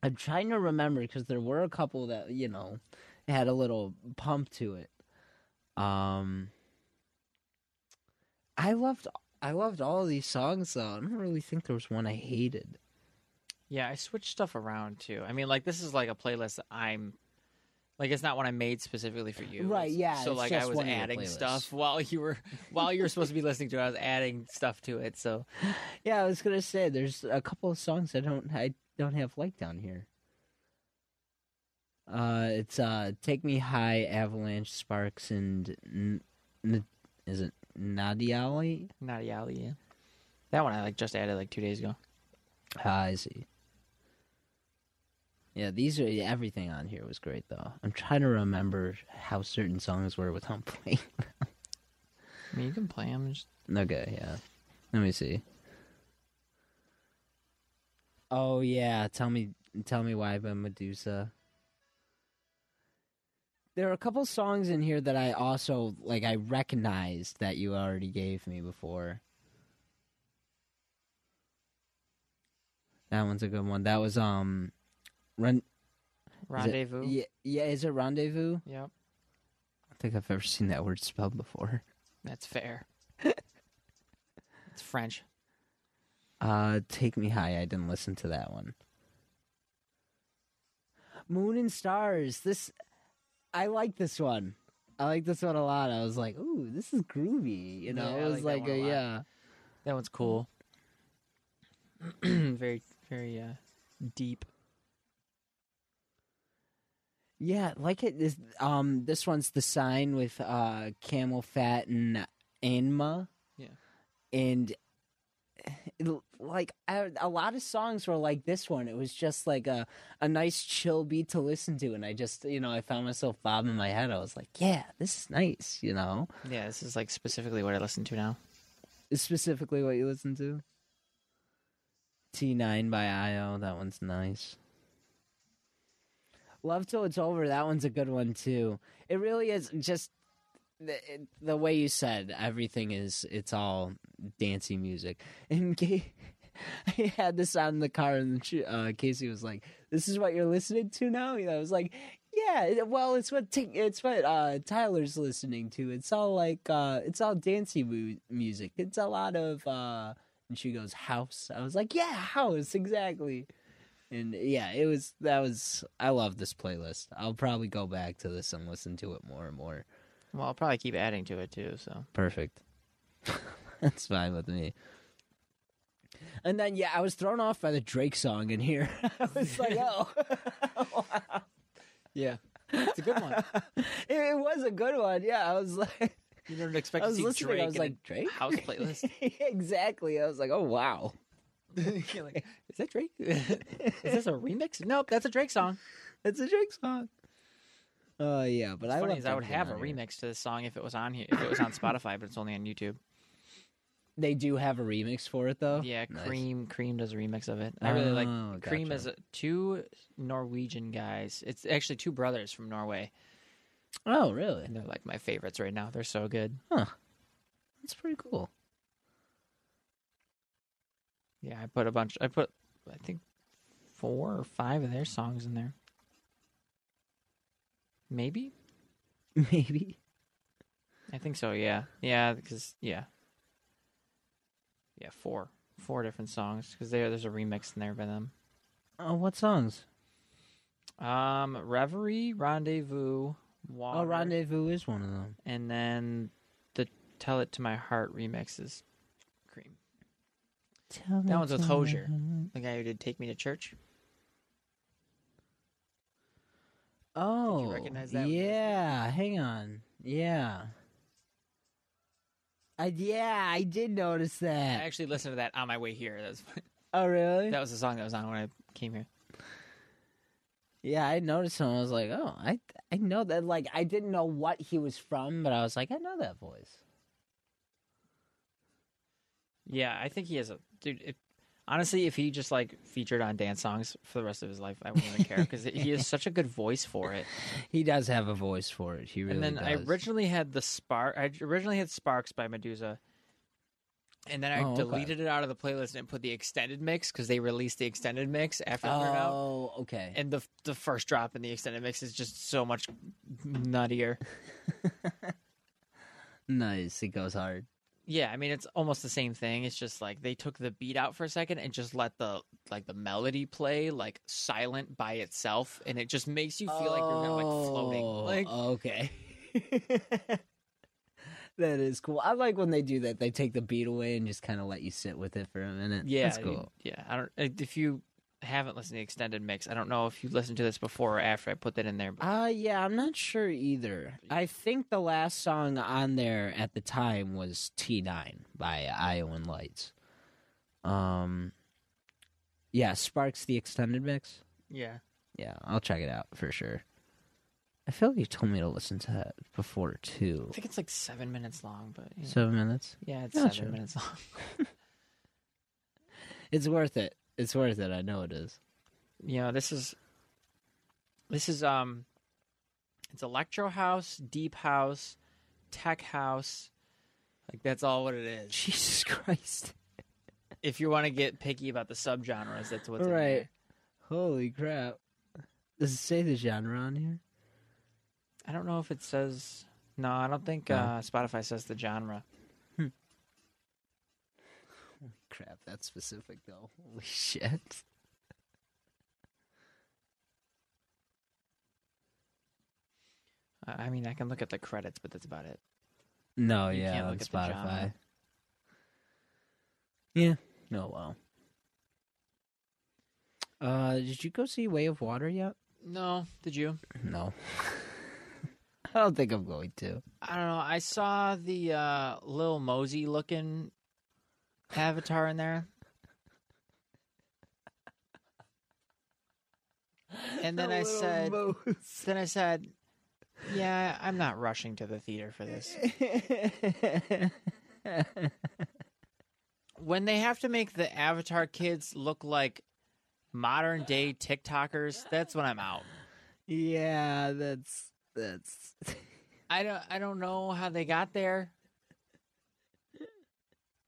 S2: I'm trying to remember because there were a couple that you know had a little pump to it. Um, I loved I loved all of these songs though. I don't really think there was one I hated.
S1: Yeah, I switch stuff around too. I mean, like this is like a playlist that I'm like it's not one I made specifically for you.
S2: Right,
S1: It's-
S2: yeah,
S1: So
S2: it's
S1: like
S2: just
S1: I was
S2: one of your
S1: adding
S2: playlists.
S1: stuff while you were while you were supposed to be listening to it, I was adding stuff to it. So
S2: Yeah, I was gonna say there's a couple of songs I don't I don't have liked on here. Uh, it's uh, "Take Me High," Avalanche, Sparks, and N- N- is it Nadiali?
S1: Naughty Alley, yeah. That one I like just added like two days ago.
S2: Ah, I see. Yeah, these are yeah, everything on here was great though. I'm trying to remember how certain songs were without playing.
S1: I mean you can play them just
S2: okay, yeah. Let me see. Oh yeah, tell me, tell me why by Medusa. There are a couple songs in here that I also like. I recognized that you already gave me before. That one's a good one. That was um, run Is it-
S1: rendezvous.
S2: Yeah, yeah, is it rendezvous? I
S1: Yep.
S2: don't think I've ever seen that word spelled before.
S1: That's [LAUGHS] fair. it's French.
S2: Uh, take me high. I didn't listen to that one. Moon and stars. This, I like this one. I like this one a lot. I was like, ooh, this is groovy. You know,
S1: Yeah, I
S2: it was
S1: like
S2: like,
S1: that
S2: a,
S1: one a lot.
S2: yeah,
S1: That one's cool. [CLEARS THROAT] very, very uh, deep.
S2: yeah, like it. This, um, this one's the sign with uh, camel fat and Anma.
S1: Yeah.
S2: and [SIGHS] it- like I, a lot of songs were like this one. It was just like a a nice chill beat to listen to, and I just you know I found myself bobbing my head. I was like, yeah, this is nice, you know.
S1: Yeah, this is like specifically what I listen to now.
S2: Is specifically what you listen to. T nine by Io, that one's nice. Love till it's over, that one's a good one too. It really is just the, it- the way you said everything is it's all dancey music [LAUGHS] and Kay, i had this on in the car and she, uh, casey was like this is what you're listening to now and i was like yeah it- well it's what Ti- it's what uh, tyler's listening to it's all like uh, it's all dancey mu- music it's a lot of uh, and she goes house i was like yeah house exactly and yeah it was that was i love this playlist i'll probably go back to this and listen to it more and more
S1: Well, I'll probably keep adding to it too. So
S2: Perfect. [LAUGHS] That's fine with me. And then yeah, I was thrown off by the Drake song in here. [LAUGHS] I was
S1: [LAUGHS]
S2: like, oh,
S1: yeah, it's a good one.
S2: it, it was a good one. Yeah, I was like,
S1: You never expect [LAUGHS]
S2: I
S1: to
S2: was
S1: see
S2: listening.
S1: Drake
S2: I was
S1: in a
S2: like, Drake
S1: house playlist.
S2: [LAUGHS] exactly. I was like, oh wow.
S1: [LAUGHS]
S2: [LAUGHS]
S1: You're like, is that Drake? [LAUGHS] is this a remix? Nope, that's a Drake song.
S2: It's a Drake song. Oh yeah, but
S1: What's
S2: I
S1: funny
S2: left
S1: is I would
S2: everything
S1: have a
S2: on here.
S1: remix to this song if it was on here, if it was on Spotify, but it's only on YouTube.
S2: They do have a remix for it though.
S1: Yeah,
S2: Oh, Nice.
S1: Cream Cream does a remix of it. I really like
S2: Oh,
S1: Cream
S2: gotcha.
S1: is a, two Norwegian guys. It's actually two brothers from Norway,
S2: Oh really?
S1: and they're like my favorites right now. They're so good.
S2: That's pretty cool. [LAUGHS]
S1: Yeah, I put a bunch. I put I think four or five of their songs in there. Maybe
S2: Maybe.
S1: I think so. Yeah, yeah, because yeah, yeah, four four different songs because there there's a remix in there by them.
S2: Oh, what songs?
S1: Um, Reverie, Rendezvous, Water,
S2: Oh, Rendezvous is one of them.
S1: and then the Tell It to My Heart remixes. Cream,
S2: Tell me
S1: that one's with
S2: tell me
S1: Hosier, the guy who did Take Me to Church.
S2: Oh,
S1: recognize that one?
S2: yeah. Hang on. Yeah. I yeah, I did notice
S1: I
S2: that.
S1: actually listened to that on my way here. [LAUGHS] That was
S2: Oh, really?
S1: that was the song that was on when I came here.
S2: Yeah, I noticed him. I was like, oh, I I know that. Like, I didn't know what he was from, but I was like, I know that voice.
S1: Yeah, I think he has a dude. If, honestly, if he just like featured on dance songs for the rest of his life, I wouldn't even care because he has such a good voice for [LAUGHS] it.
S2: He does have a voice for it. He really
S1: and then
S2: does.
S1: I originally had the spark. I originally had Sparks by Medusa, and then I
S2: Oh, okay.
S1: deleted it out of the playlist and put the extended mix because they released the extended mix after Burnout.
S2: Oh, okay.
S1: And the the first drop in the extended mix is just so much nuttier.
S2: nice. It goes hard.
S1: Yeah, I mean it's almost the same thing. It's just like they took the beat out for a second and just let the like the melody play like silent by itself, and it just makes you feel like you're not like floating.
S2: Oh,
S1: Like
S2: okay. [LAUGHS] that is cool. I like when they do that. They take the beat away and just kind of let you sit with it for a minute.
S1: yeah,
S2: that's
S1: you-
S2: cool.
S1: yeah, I don't. If you haven't listened to the extended mix, I don't know if you listened to this before or after I put that in there. But
S2: Uh yeah, I'm not sure either. I think the last song on there at the time was T9 by Iowan Lights. Um Yeah, Sparks the extended mix.
S1: yeah,
S2: Yeah, I'll check it out for sure. I feel like you told me to listen to that before too.
S1: I think it's like seven minutes long, but you know.
S2: 7 minutes.
S1: yeah, it's
S2: Yeah,
S1: seven
S2: sure.
S1: minutes long.
S2: It's worth it. It's worth it. I know it is. [LAUGHS]
S1: you know this is this is um it's electro house deep house tech house like that's all what it is
S2: Jesus Christ.
S1: if you want to get picky about the subgenres that's what's in
S2: Right.
S1: there.
S2: Holy crap. Does it say the genre on here?
S1: i don't know if it says no i don't think
S2: No.
S1: uh, spotify says the genre
S2: Crap, that's specific though. Holy shit.
S1: Uh, i mean i can look at the credits but that's about it
S2: No,
S1: You
S2: yeah,
S1: can't
S2: on
S1: look at the
S2: Spotify.
S1: genre.
S2: yeah. oh, No, wow. Uh, did you go see Way of Water yet?
S1: no did you
S2: No. [LAUGHS] I don't think I'm going to.
S1: i don't know i saw the uh lil mosey looking avatar in there and
S2: [LAUGHS]
S1: then i said Then I said, "Yeah, I'm not rushing to the theater for this. When they have to make the Avatar kids look like modern day TikTokers, that's when I'm out.
S2: yeah, that's that's
S1: I don't I don't know how they got there.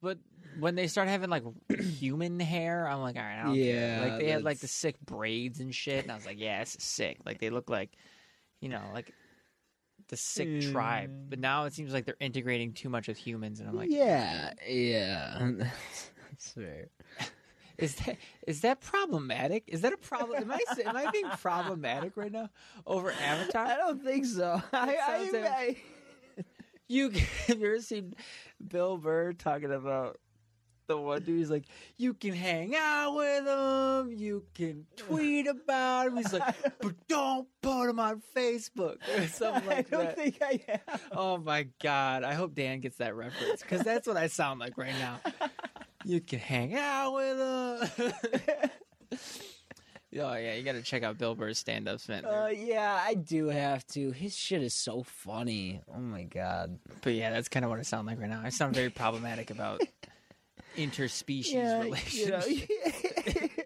S1: But when they start having like [CLEARS THROAT] human hair, I'm like, all right, I don't care.
S2: Yeah,
S1: Like they had like the
S2: that's-
S1: sick braids and shit, and I was like, yeah, it's sick. Like they look like, you know, like the sick tribe. But now it seems like they're integrating too much with humans, and I'm like,
S2: yeah, yeah. [LAUGHS] That's fair.
S1: Is that is that problematic? Is that a problem? Am I am I being problematic right now over
S2: I
S1: Avatar?
S2: don't think so. I,
S1: sounds
S2: I,
S1: like-
S2: [LAUGHS] I,
S1: You [LAUGHS] have you ever seen Bill Burr talking about the one dude? He's like, you can hang out with him, you can tweet about him. He's like, but don't put him on Facebook [LAUGHS] or something
S2: I
S1: like
S2: don't
S1: that.
S2: think I have.
S1: Oh my god! I hope Dan gets that reference because that's what I sound like right now. You can hang out with him. [LAUGHS] oh yeah, you got to check out Bill Burr's stand-ups, man.
S2: Uh, yeah, I do have to. His shit is so funny. Oh my god.
S1: but yeah, that's kind of what I sound like right now. I sound very problematic about interspecies
S2: you know,
S1: relations.
S2: [LAUGHS]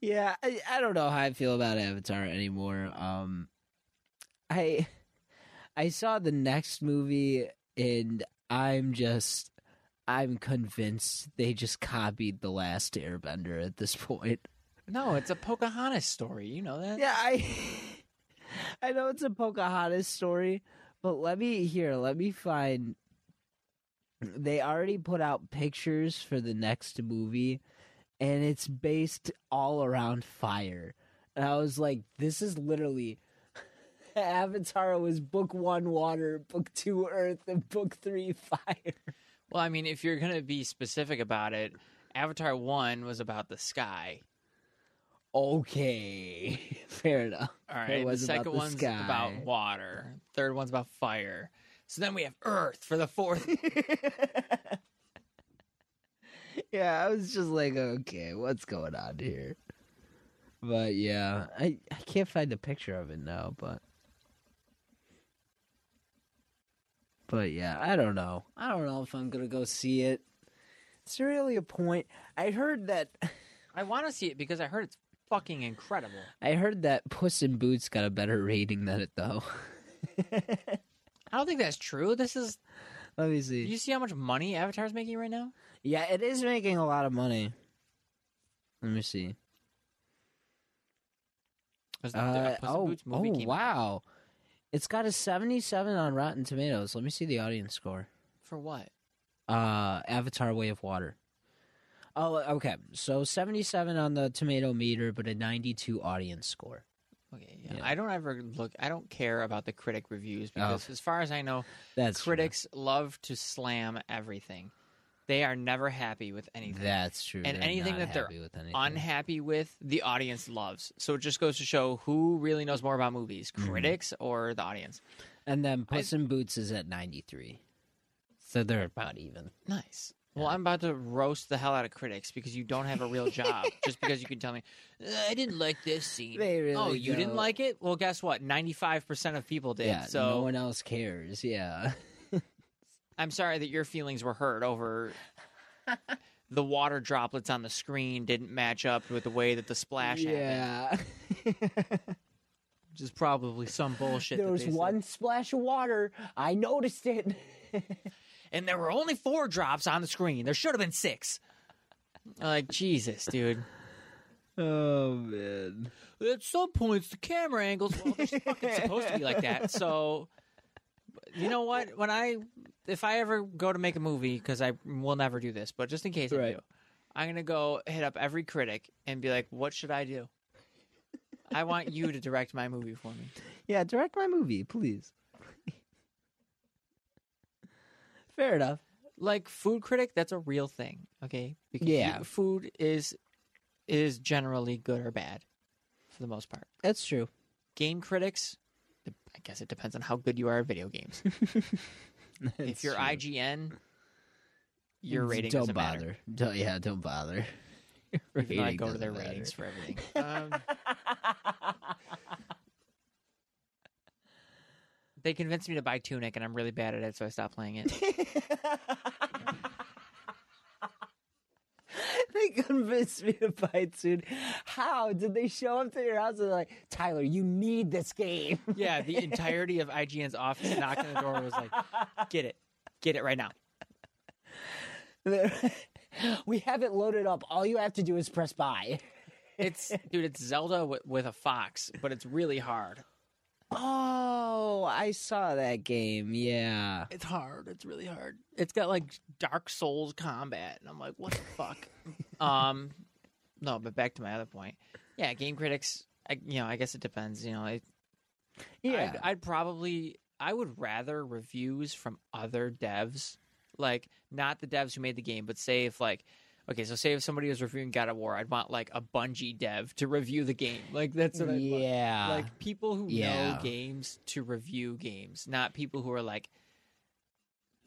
S2: yeah, I, I don't know how I feel about Avatar anymore. Um, I I saw the next movie and I'm just I'm convinced they just copied the last Airbender at this point.
S1: [LAUGHS] No, it's a Pocahontas story. You know that?
S2: Yeah, I [LAUGHS] I know it's a Pocahontas story, but let me here, let me find they already put out pictures for the next movie and it's based all around fire. And I was like, this is literally [LAUGHS] Avatar was book one water, book two earth, and book three fire.
S1: Well, I mean, if you're gonna be specific about it, Avatar One was about the sky.
S2: Okay. [LAUGHS] Fair enough.
S1: All
S2: It
S1: right. The
S2: was about
S1: second
S2: the
S1: one's
S2: sky.
S1: about water. Third one's about fire. So then we have Earth for the fourth.
S2: yeah, I was just like, okay, what's going on here? But yeah, I, I can't find the picture of it now, but but yeah, I don't know. I don't know if I'm gonna go see it. It's really a point. I heard that
S1: [LAUGHS]
S2: [LAUGHS]
S1: I want to see it because I heard it's fucking incredible.
S2: I heard that Puss in Boots got a better rating than it though. [LAUGHS]
S1: I don't think that's true. This is.
S2: Let me see.
S1: Do you see how much money Avatar's making right now?
S2: Yeah, it is making a lot of money. Let me see.
S1: 'Cause the-
S2: Uh,
S1: the Puss in
S2: oh,
S1: Boots movie
S2: oh,
S1: came out
S2: wow. It's got a 77 on Rotten Tomatoes. Let me see the audience score.
S1: For what?
S2: Uh, Avatar Way of Water. Oh, okay. So 77 on the tomato meter, but a 92 audience score.
S1: Okay. Yeah. Oh.
S2: Yeah.
S1: I don't ever look. I don't care about the critic reviews because, as far as I know,
S2: That's true.
S1: critics love to slam everything. They are never happy with anything.
S2: That's true.
S1: And anything
S2: not
S1: that they're
S2: happy with anything.
S1: unhappy with, the audience loves. So it just goes to show who really knows more about movies,
S2: Mm-hmm.
S1: critics or the audience.
S2: and then Puss in Boots is at 93. So they're about even.
S1: Nice. Well, I'm about to roast the hell out of critics because you don't have a real
S2: [LAUGHS]
S1: job. just because you can tell me, "Uh, I didn't like this scene.
S2: They
S1: oh,
S2: really
S1: you didn't
S2: don't.
S1: like it? Well, guess what? 95% of people did.
S2: Yeah,
S1: so
S2: no one else cares. Yeah.
S1: I'm sorry that your feelings were hurt
S2: [LAUGHS]
S1: over the water droplets on the screen didn't match up with the way that the splash happened, [LAUGHS]
S2: yeah.
S1: which is probably some bullshit. that
S2: there was
S1: they said.
S2: one splash of water. I noticed it.
S1: and there were only four drops on the screen. There should have been six. I'm like Jesus, dude.
S2: Oh man.
S1: At some points, the camera angles well, they're fucking supposed to be like that. So, you know what? When I, if I ever go to make a movie, because I will never do this, but just in case I
S2: Right.
S1: do, I'm gonna go hit up every critic and be like, "What should I do? I want you to direct my movie for me."
S2: Yeah, direct my movie, please. [LAUGHS] Fair enough.
S1: like food critic that's a real thing okay because you-
S2: Yeah.
S1: food is is generally good or bad for the most part
S2: That's true.
S1: game critics de- i guess it depends on how good you are at video
S2: [LAUGHS]
S1: games if you're ign your rating
S2: don't
S1: doesn't
S2: bother.
S1: matter
S2: Don't, yeah, don't bother. [LAUGHS]
S1: even though i
S2: Rating
S1: go to their
S2: doesn't matter. [LAUGHS]
S1: ratings for everything um, they convinced me to buy tunic and i'm really bad at it so i stopped playing it
S2: [LAUGHS] they convinced me to buy it soon. How did they show up to your house and they're like, Tyler, you need this game. [LAUGHS]
S1: Yeah, the entirety of IGN's office knocking on the door was like, "Get it, get it right now."
S2: we have it loaded up. All you have to do is press buy.
S1: It's [LAUGHS] dude, it's Zelda with, with a fox, but it's really hard.
S2: Oh, I saw that game. Yeah.
S1: It's hard. It's really hard. It's got like Dark Souls combat, and I'm like, what the [LAUGHS] fuck? um, no, but back to my other point. Yeah, game critics. I, you know, I guess it depends. You know, I, I'd, I'd probably I would rather reviews from other devs, like not the devs who made the game, but say if like okay, so say if somebody was reviewing God of War, I'd want like a Bungie dev to review the game. Like that's what I'd want.
S2: yeah.
S1: Like people who
S2: Yeah.
S1: know games to review games, not people who are like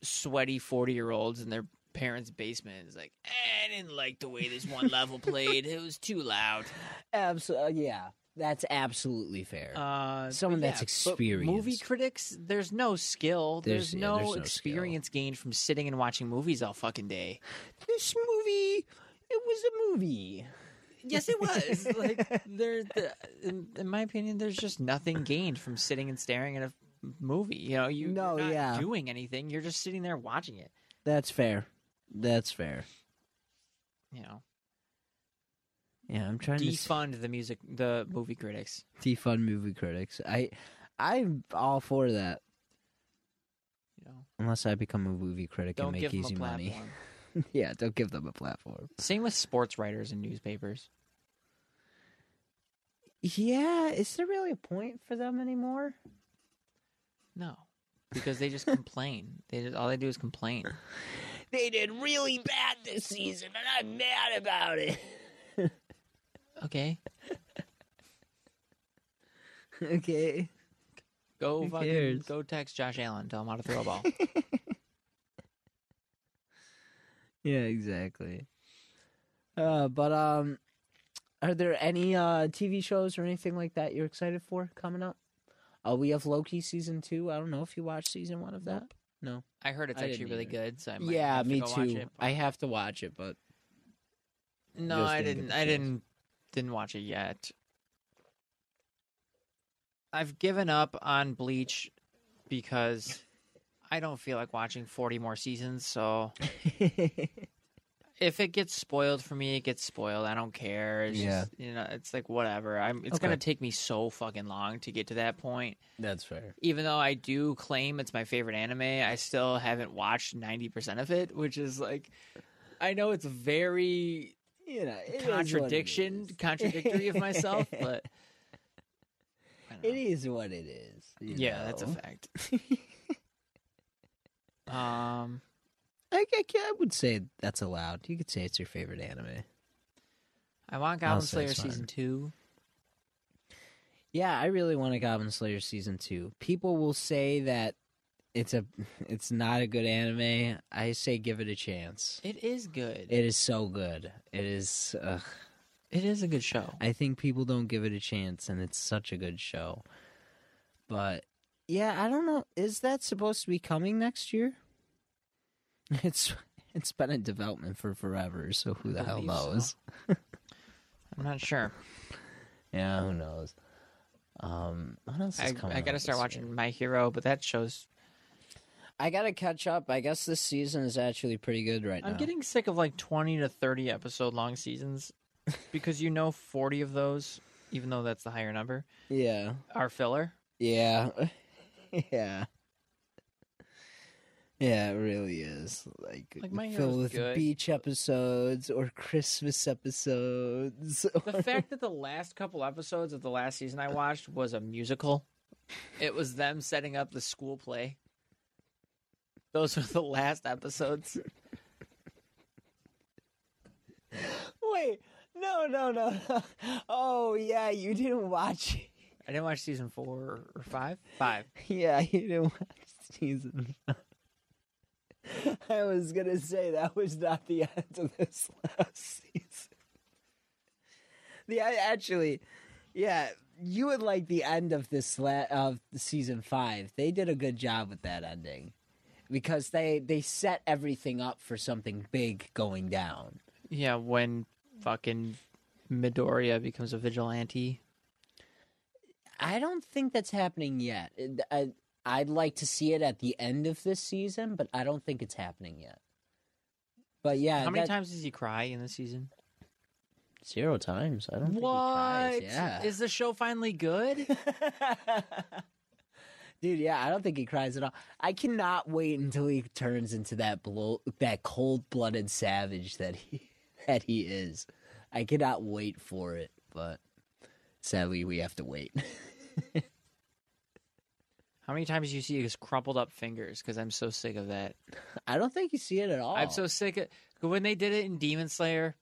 S1: sweaty forty year olds in their parents' basement. It's like "Eh, I didn't like the way this one level played. It was too
S2: [LAUGHS]
S1: loud.
S2: Absolutely. uh, Yeah. That's absolutely fair.
S1: Uh,
S2: Someone
S1: but
S2: that's
S1: but Movie
S2: experienced.
S1: critics, there's no skill. There's,
S2: There's- yeah,
S1: no,
S2: there's no skill.
S1: experience gained from sitting and watching movies all fucking day.
S2: this movie, it was a movie.
S1: Yes, it was.
S2: [LAUGHS]
S1: like there, the, in, in my opinion, there's just nothing gained from sitting and staring at a movie. You know, you
S2: No,
S1: are not
S2: yeah.
S1: doing anything. You're just sitting there watching it.
S2: That's fair. That's fair.
S1: You know,
S2: Yeah, I'm trying to
S1: defund the music, the movie critics.
S2: defund movie critics. I, I'm all for that.
S1: You know,
S2: Unless I become a movie critic
S1: don't
S2: and
S1: give them
S2: make
S1: a
S2: easy
S1: platform.
S2: money. [LAUGHS] yeah, don't give them a platform.
S1: Same with sports writers and newspapers.
S2: Yeah, is there really a point for them anymore?
S1: No, because they just complain. They just, all they do is complain.
S2: They did really bad this season, and I'm mad about it.
S1: Okay,
S2: [LAUGHS] okay.
S1: Go
S2: Who
S1: fucking
S2: cares?
S1: go text Josh Allen, tell him how to throw a
S2: [LAUGHS]
S1: ball.
S2: Yeah, exactly. Uh, but um, are there any uh TV shows or anything like that you're excited for coming up? Uh, we have Loki season two. I don't know if you watched season one of that.
S1: I heard it's
S2: I
S1: actually
S2: didn't
S1: really
S2: either.
S1: good, so I might have to go watch it.
S2: I have to watch it, [LAUGHS] but
S1: No,
S2: Just
S1: I
S2: didn't get
S1: didn't
S2: the
S1: I
S2: chance.
S1: didn't didn't watch it yet. I've given up on Bleach because I don't feel like watching 40 more seasons, so if it gets spoiled for me, it gets spoiled. I don't care. It's
S2: Yeah.
S1: just, you know, it's like whatever. I'm it's
S2: Okay.
S1: going to take me so fucking long to get to that point.
S2: that's fair.
S1: even though I do claim it's my favorite anime, I still haven't watched 90% of it, which is like I know it's very
S2: You know, it is what it
S1: contradiction,
S2: is.
S1: contradictory of myself, but I don't know.
S2: [LAUGHS] It is what it is. you
S1: yeah, that's a
S2: know.
S1: fact. um
S2: I, I, ca- I would say that's allowed. You could say it's your favorite anime.
S1: I want Goblin
S2: say
S1: Slayer
S2: it's fine.
S1: season 2.
S2: Yeah, I really want a Goblin Slayer season two. People will say that it's a it's not a good anime. I say give it a chance.
S1: It is good.
S2: It is so good. It is. Ugh.
S1: it is a good show.
S2: I think people don't give it a chance, and it's such a good show. But yeah, I don't know. Is that supposed to be coming next year? [LAUGHS] It's it's been in development for forever, so who the hell
S1: believe
S2: knows?
S1: I'm not sure.
S2: Yeah, who knows? Um, what else is
S1: I,
S2: coming?
S1: I got to
S2: out
S1: start
S2: this
S1: watching
S2: year?
S1: My Hero, but that show's
S2: I gotta catch up. I guess this season is actually pretty good right now.
S1: I'm getting sick of like 20 to 30 episode long seasons because you know 40 of those, even though that's the higher number,
S2: yeah,
S1: are filler.
S2: yeah, [LAUGHS] yeah, yeah. It really is like,
S1: Like, My Hero's
S2: filled with
S1: good.
S2: beach episodes or Christmas episodes. [LAUGHS]
S1: The fact that the last couple episodes of the last season I watched was a musical, it was them setting up the school play. Those were the last episodes.
S2: Wait, no, no, no, no. [LAUGHS] Oh yeah, you didn't watch.
S1: I didn't watch season four or five. Five.
S2: [LAUGHS] Yeah, you didn't watch season. five. [LAUGHS] I was gonna say that was not the end of this [LAUGHS] last season. The I actually, yeah, you would like the end of this la- of season five. They did a good job with that ending because they they set everything up for something big going down.
S1: Yeah, when fucking Midoriya becomes a vigilante.
S2: I don't think that's happening yet. It- I, I'd like to see it at the end of this season, but I don't think it's happening yet. But yeah,
S1: How many
S2: that-
S1: times does he cry in the season?
S2: Zero times. I don't think he
S1: What?
S2: cries. Yeah.
S1: Is the show finally
S2: [LAUGHS]
S1: good?
S2: Dude, yeah, I don't think he cries at all. I cannot wait until he turns into that blow, that cold-blooded savage that he [LAUGHS] that he is. I cannot wait for it, but sadly, we have to wait. [LAUGHS]
S1: How many times do you see his crumpled up fingers? Because I'm so sick of that.
S2: I don't think you see it at all.
S1: I'm so sick of when they did it in Demon Slayer.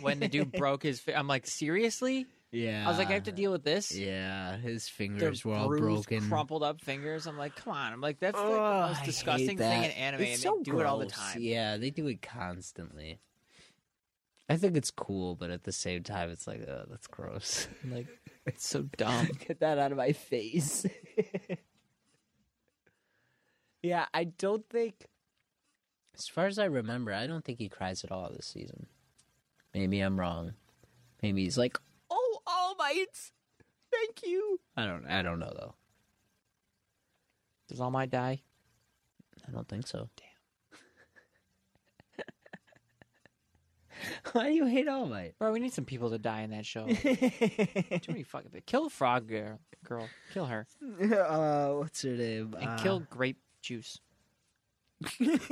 S1: When the [LAUGHS] dude broke his, fi- I'm like, seriously?
S2: yeah,
S1: I was like, I have to deal with this.
S2: Yeah, his
S1: Their
S2: fingers were all
S1: bruised,
S2: broken.
S1: crumpled up fingers. I'm like, come on. I'm like, that's like,
S2: Ugh,
S1: the
S2: I
S1: most
S2: hate
S1: disgusting thing in
S2: that.
S1: anime,
S2: It's
S1: and
S2: so
S1: they do it all the
S2: gross.
S1: time.
S2: Yeah, they do it constantly. I think it's cool, but at the same time, it's like, oh, that's gross. [LAUGHS]
S1: I'm like, it's so dumb.
S2: Get that out of my face. [LAUGHS] yeah, I don't think. As far as I remember, I don't think he cries at all this season. Maybe I'm wrong. Maybe he's like, "Oh, all might, thank you." I don't. I don't know though.
S1: Does All Might die?
S2: I don't think so. Damn. [LAUGHS] Why do you hate All Might?
S1: Bro, we need some people to die in that [LAUGHS] show. Too many fucking people. Kill the frog girl. girl. Kill her.
S2: [LAUGHS] uh, what's her name?
S1: And
S2: Uh, [LAUGHS]
S1: kill grape juice.
S2: grape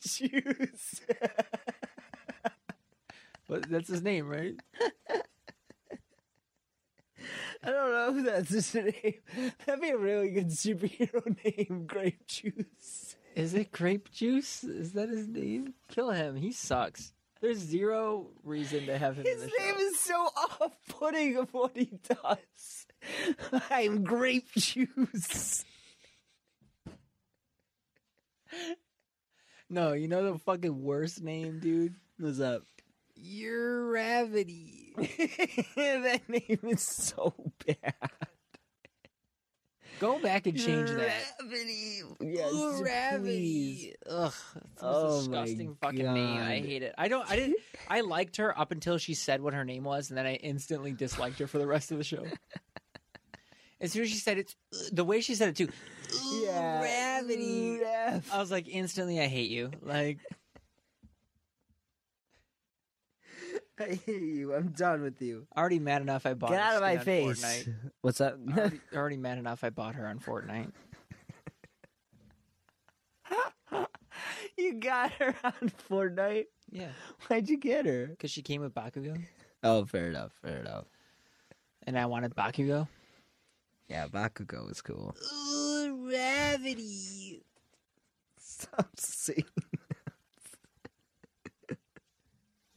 S2: [LAUGHS] juice.
S1: But that's his name, right?
S2: I don't know if that's his name. That'd be a really good superhero [LAUGHS] name, Grape Juice.
S1: Is it grape juice? Is that his name? Kill him. He sucks. There's zero reason to have him
S2: His
S1: in the
S2: name
S1: show.
S2: is so off-putting of what he does. [LAUGHS] I'm Grape Juice.
S1: No, you know the fucking worst name, dude?
S2: What's up?
S1: Your gravity.
S2: [LAUGHS] that name is so bad.
S1: Go back and change that.
S2: Gravity. Yes, please.
S1: Gravity. Ugh, it's
S2: Oh
S1: a disgusting
S2: my
S1: fucking name. I
S2: God.
S1: hate it. I don't. I
S2: [LAUGHS]
S1: didn't. I liked her up until she said what her name was, and then I instantly disliked her for the rest of the
S2: [LAUGHS]
S1: show. As soon as she said it, the way she said it too.
S2: Yeah.
S1: gravity.
S2: Ref.
S1: I was like, instantly, I hate you. Like,
S2: I hate you. I'm done with you.
S1: already mad enough I bought.
S2: Get
S1: her
S2: out of my
S1: skin on
S2: face. [LAUGHS]
S1: Fortnite.
S2: What's up? [LAUGHS]
S1: Already, already mad enough I bought her on Fortnite.
S2: you got her on Fortnite.
S1: Yeah,
S2: Why'd you get her?
S1: because she came with Bakugo,
S2: Oh, fair enough. Fair enough.
S1: and I wanted Bakugo.
S2: Yeah, Bakugo was cool.
S1: Ooh, gravity.
S2: Stop singing.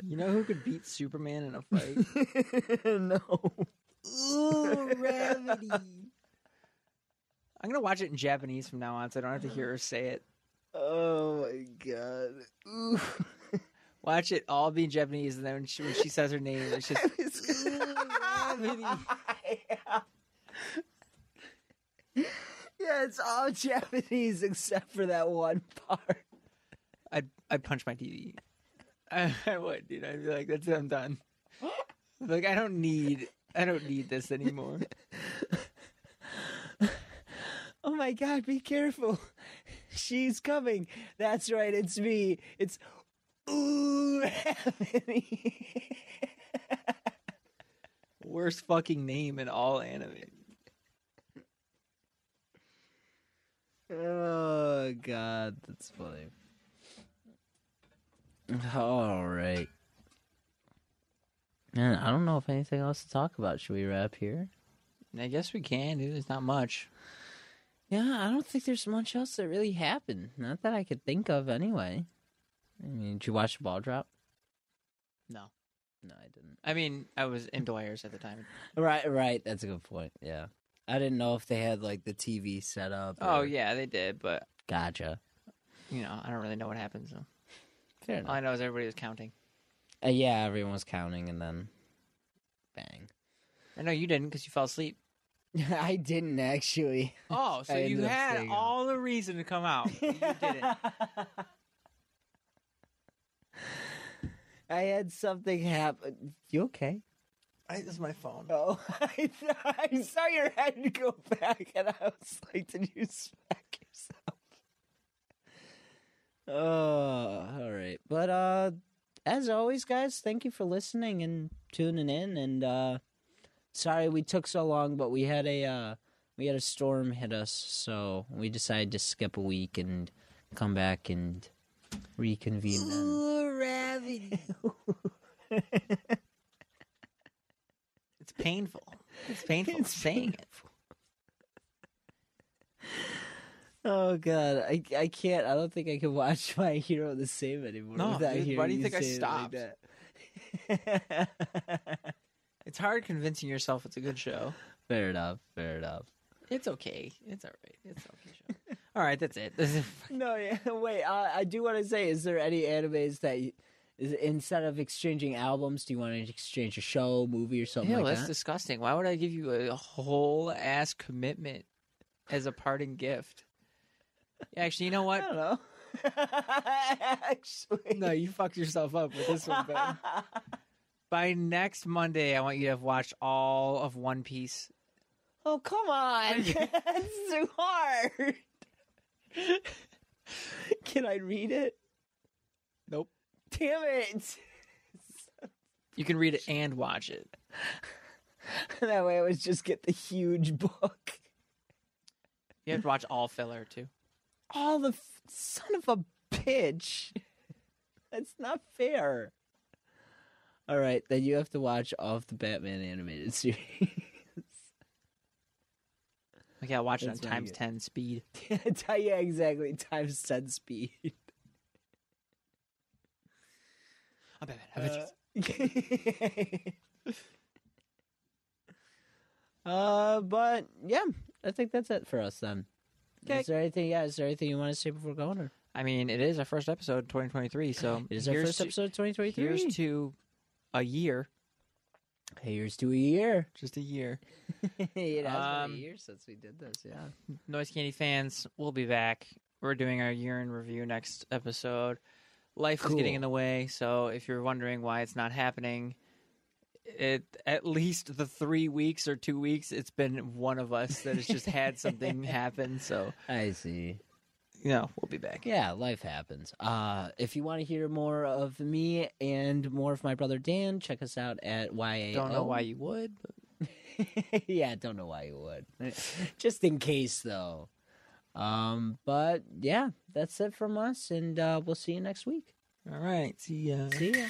S1: You know who could beat Superman in a fight?
S2: [LAUGHS] [LAUGHS] no.
S1: Ooh, gravity. I'm gonna watch it in Japanese from now on, so I don't have to hear her say it.
S2: Oh my god. Ooh.
S1: Watch it all be in Japanese, and then when she, when she says her name, it's just gravity.
S2: yeah. [LAUGHS] yeah, it's all Japanese except for that one part.
S1: I'd I'd punch my TV. I, I would, dude. I'd be like, that's it. I'm done. Like I don't need I don't need this anymore.
S2: Oh my god, be careful. [LAUGHS] She's coming. That's right, it's me. It's ooh [LAUGHS] Gravity.
S1: Worst fucking name in all anime.
S2: Oh god, that's funny. All right. Man, I don't know if anything else to talk about. Should we wrap here?
S1: I guess we can, dude. There's not much.
S2: Yeah, I don't think there's much else that really happened. Not that I could think of anyway. I mean, did you watch the ball drop?
S1: No.
S2: No, I didn't.
S1: I mean, I was in Dwyer's at the time.
S2: Right, right. That's a good point. Yeah. I didn't know if they had like the TV set up.
S1: Oh
S2: or-
S1: yeah, they did, but
S2: Gotcha.
S1: you know, I don't really know what happened. So
S2: Fair enough.
S1: all I know is everybody was counting.
S2: Uh, yeah, everyone was counting and then bang.
S1: I know you didn't because you fell [LAUGHS] asleep.
S2: [LAUGHS] I didn't actually.
S1: Oh, so
S2: I
S1: you
S2: ended up
S1: had
S2: staying up.
S1: all the reason to come [LAUGHS] out. but You didn't.
S2: I had something happen. You okay?
S3: I, this is my phone.
S2: [LAUGHS] Oh, I, I saw your head go back, and I was like, "Did you smack yourself?" [LAUGHS] Oh, all right. But uh, as always, guys, thank you for listening and tuning in. And uh, sorry we took so long, but we had a uh, we had a storm hit us, so we decided to skip a week and come back and reconvene. Then. [LAUGHS]
S1: It's painful. It's painful saying it.
S2: Oh god, I, I can't. I don't think I can [LAUGHS] watch My Hero the same anymore.
S1: No,
S2: without
S1: dude, why do
S2: hearing
S1: you think I
S2: say it like
S1: stopped?
S2: [LAUGHS]
S1: It's hard convincing yourself it's a good show.
S2: Fair enough. Fair enough.
S1: It's okay. It's all right. It's an okay show. [LAUGHS] All right, that's it. This is-
S2: No, yeah. [LAUGHS] Wait, uh, I do want to say: Is there any animes that, you, is, instead of exchanging albums, do you want to exchange a show, movie, or something
S1: Ew,
S2: like
S1: that's
S2: that?
S1: disgusting. Why would I give you a whole ass commitment as a parting gift? Actually, you know [LAUGHS]
S2: I
S1: what?
S2: don't know. [LAUGHS] Actually,
S1: No, you fucked yourself up with this one, Ben.
S2: [LAUGHS]
S1: By next Monday, I want you to have watched all of One Piece.
S2: oh come [LAUGHS] on, it's too hard. [LAUGHS] Can I read it?
S1: Nope.
S2: Damn it! [LAUGHS]
S1: You can read it and watch it.
S2: that way, I would just get the huge book.
S1: You have to watch all filler too.
S2: Oh, the f- son of a bitch. [LAUGHS] That's not fair. All right, then you have to watch off the Batman animated [LAUGHS] series.
S1: We gotta watch
S2: That's
S1: it on
S2: not
S1: times
S2: good.
S1: ten speed.
S2: yeah, yeah, exactly. Times 10 speed.
S1: I'm Batman. I'm Batman.
S2: [LAUGHS] uh, but yeah, I think that's it for us then.
S1: Okay.
S2: Is there anything? Yeah, is there anything you want to say before going? Or
S1: I mean, it is our first episode, 2023. So
S2: it is our
S1: here's
S2: first
S1: to-
S2: episode of 2023.
S1: Here's to a year,
S2: Here's to a year.
S1: just a year.
S2: [LAUGHS] it has been
S1: Um,
S2: a year since we did this. Yeah.
S1: Noise Candy fans, we'll be back. We're doing our year in review next episode. Life is getting
S2: Cool.
S1: in the way, so if you're wondering why it's not happening, it at least the three weeks or two weeks, it's been one of us that has just had [LAUGHS] something happen. So
S2: I see.
S1: you know, we'll be back.
S2: Yeah, life happens. Uh, if you want to hear more of me and more of my brother Dan, check us out at YA.
S1: Don't know why you would, but
S2: [LAUGHS] yeah, don't know why you would. [LAUGHS] Just in case, though. Um, but yeah, that's it from us, and uh, we'll see you next week.
S1: all right. See ya.
S2: See ya.